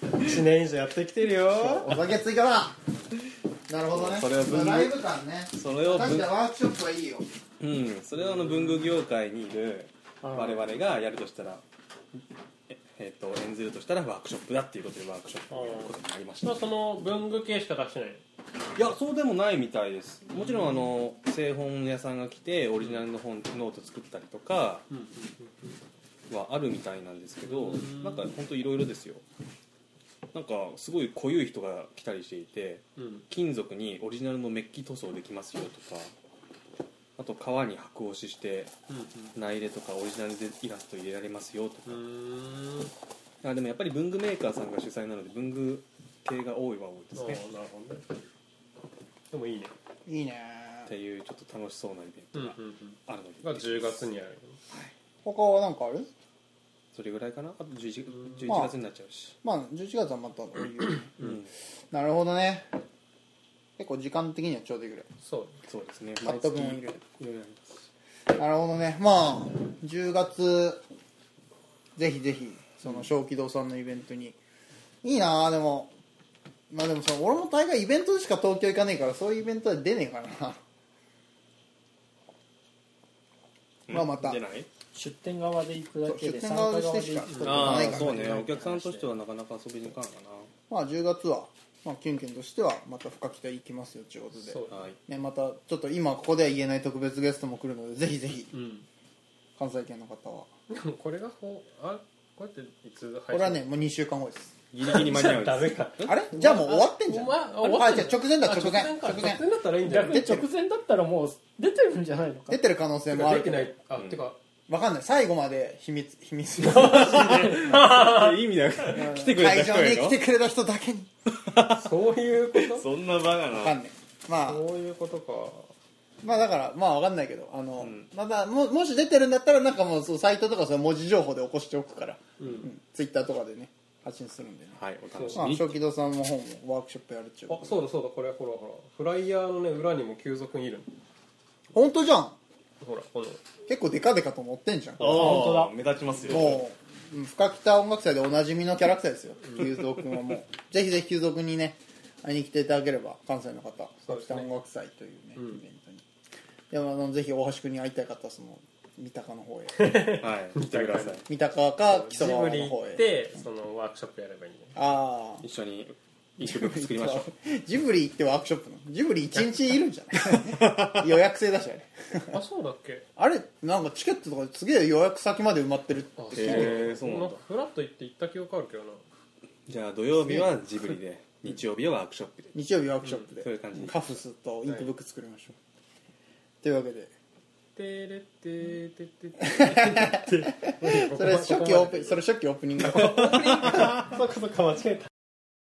Speaker 4: 1年以上やってきてるよ
Speaker 1: お酒ついかななるほどね
Speaker 5: それは文具
Speaker 1: ライブ感ね
Speaker 5: それを
Speaker 1: 確
Speaker 5: 文
Speaker 1: かにワークショップはいいよ
Speaker 5: うん、それはあの文具業界にいる我々がやるとしたら、ええっと演ずるとしたらワークショップだっていうことでワークショップをやることになりました
Speaker 3: まあその文具系しか出してない
Speaker 5: いやそうでもないみたいですもちろんあの製本屋さんが来てオリジナルの本ノート作ったりとかはあるみたいなんですけど
Speaker 3: ん
Speaker 5: なんか本当いろいろですよなんかすごい濃ゆい人が来たりしていて
Speaker 3: うん
Speaker 5: 金属にオリジナルのメッキ塗装できますよとかあと革に白押しして内入れとかオリジナルでイラスト入れられますよとか
Speaker 3: うんうんうーん
Speaker 5: あでもやっぱり文具メーカーさんが主催なので文具系が多いは多いです
Speaker 3: ああ
Speaker 5: ね
Speaker 3: なるほどねでもいいね
Speaker 1: いいね
Speaker 5: っていうちょっと楽しそうなイベン
Speaker 3: う
Speaker 5: ト
Speaker 3: んうん
Speaker 5: が
Speaker 3: うん
Speaker 5: あるので、
Speaker 3: が10月にある
Speaker 1: 他はなんかある
Speaker 5: それぐらいかなあと 11,
Speaker 1: ん
Speaker 5: 11月になっちゃうし、
Speaker 1: まあ11月はまたいいよ
Speaker 5: うん、
Speaker 1: なるほどね結構時間的にはちょうどいいぐらい
Speaker 3: そう
Speaker 5: そうですね
Speaker 1: 買っとくもいい
Speaker 5: い
Speaker 1: ぐ
Speaker 5: ろ
Speaker 1: ら
Speaker 5: い
Speaker 1: い
Speaker 5: ろやります
Speaker 1: なるほどねまあ10月ぜひぜひその小気道さんのイベントにいいなあでもまあでもその俺も大概イベントでしか東京行かねえからそういうイベントは出ねえからなまあまた
Speaker 5: 出ない
Speaker 4: 出店側で行くだけで
Speaker 1: そう出店
Speaker 4: 参加
Speaker 1: 側
Speaker 4: 側
Speaker 1: と
Speaker 4: で
Speaker 1: し
Speaker 4: 行
Speaker 1: て
Speaker 4: く
Speaker 1: しかそ
Speaker 4: だけ
Speaker 1: う
Speaker 5: あ
Speaker 1: ないから
Speaker 5: あ
Speaker 1: ね
Speaker 5: そうねお客さんとしてはなかなか遊びに行かんか
Speaker 1: まあ10月は、まあ、キュンキュンとしてはまた深北行きますよっていうことで
Speaker 3: そう
Speaker 5: なはい
Speaker 1: ね、またちょっと今ここでは言えない特別ゲストも来るのでぜひぜひ
Speaker 3: うん
Speaker 1: 関西圏の方は
Speaker 3: でもこれがほうあこれっていつ配信
Speaker 1: これはねもう2週間後です
Speaker 5: ギリギリ間に合う
Speaker 4: ダメか
Speaker 1: あれじゃあもう終わってんじゃん
Speaker 3: お前
Speaker 1: あ
Speaker 3: あ終わってん
Speaker 1: じゃあ直前だ直前
Speaker 3: あか
Speaker 1: 直前
Speaker 3: 直前だったらいいんじゃな
Speaker 4: 逆に
Speaker 3: い
Speaker 1: て
Speaker 4: 直
Speaker 1: る
Speaker 4: 前だったらもう出てるんじゃないのか
Speaker 1: 出てる可能性もあ
Speaker 3: 出
Speaker 1: る
Speaker 3: てないあ
Speaker 5: ん
Speaker 3: てか
Speaker 1: わかんない最後まで秘密秘密
Speaker 5: 意味ない来てくれた
Speaker 1: 会
Speaker 5: 人
Speaker 1: 場
Speaker 5: や
Speaker 1: に来
Speaker 5: ろ
Speaker 1: てくれた人だけに
Speaker 3: そういうこ
Speaker 5: そんなバカ
Speaker 1: わか
Speaker 5: なん
Speaker 1: ないまあ
Speaker 3: とそういうことか
Speaker 1: まあだからまあわかんないけどあの、
Speaker 5: ん
Speaker 1: まだももし出てるんだったらなんかもうそうサイトとかそういう文字情報で起こしておくから、
Speaker 3: うん
Speaker 1: ツイッターとかでね発信するんでね
Speaker 5: はいお楽し
Speaker 1: まあ
Speaker 5: みに
Speaker 1: 正気堂さんの方もワークショップやるっちゅう
Speaker 3: あそうだそうだこれほらほらフライヤーのね裏にも急速にいるの
Speaker 1: 本当じゃん
Speaker 3: ほらこの
Speaker 1: 結構デカデカと乗ってんじゃん
Speaker 5: お
Speaker 4: 本
Speaker 5: ー目立ちますよ
Speaker 1: もううん深北音楽祭でおなじみのキャラクターですよ久蔵君はもうぜひぜひ久蔵君にね会いに来ていただければ関西の方
Speaker 3: そ
Speaker 1: 深
Speaker 3: うです
Speaker 1: 北
Speaker 3: ね
Speaker 1: 音楽祭というね、
Speaker 3: ん
Speaker 1: イベントにでもあのぜひ大橋君に会いたい方はその三鷹の方へ
Speaker 5: はい来てください
Speaker 1: 三鷹か木
Speaker 3: ジ
Speaker 1: 曽川
Speaker 3: ム
Speaker 1: の
Speaker 3: に
Speaker 1: 方
Speaker 3: 行
Speaker 1: へ
Speaker 3: ってそのワークショップやればいいんじゃ
Speaker 1: ああ
Speaker 5: 一緒にいい曲作りましょう
Speaker 1: ジブリ行ってワークショップのジブリ一日いるんじゃない 予約制だしあれ
Speaker 3: ないあそうだっけ
Speaker 1: あれなんかチケットとかすげえ予約先まで埋まってるって聞いてる
Speaker 5: へえそうなんだ
Speaker 3: かフラッと行って行った記憶あるけどな
Speaker 5: じゃあ土曜日はジブリで日曜日はワークショップで
Speaker 1: 日曜日ワークショップで、
Speaker 5: そういう感じ
Speaker 1: カフスとインクブック作りましょう、というわけで
Speaker 3: てれっててて て
Speaker 1: それ初期オープンそれ初期オープニング
Speaker 4: 当だそっかそっか間違えた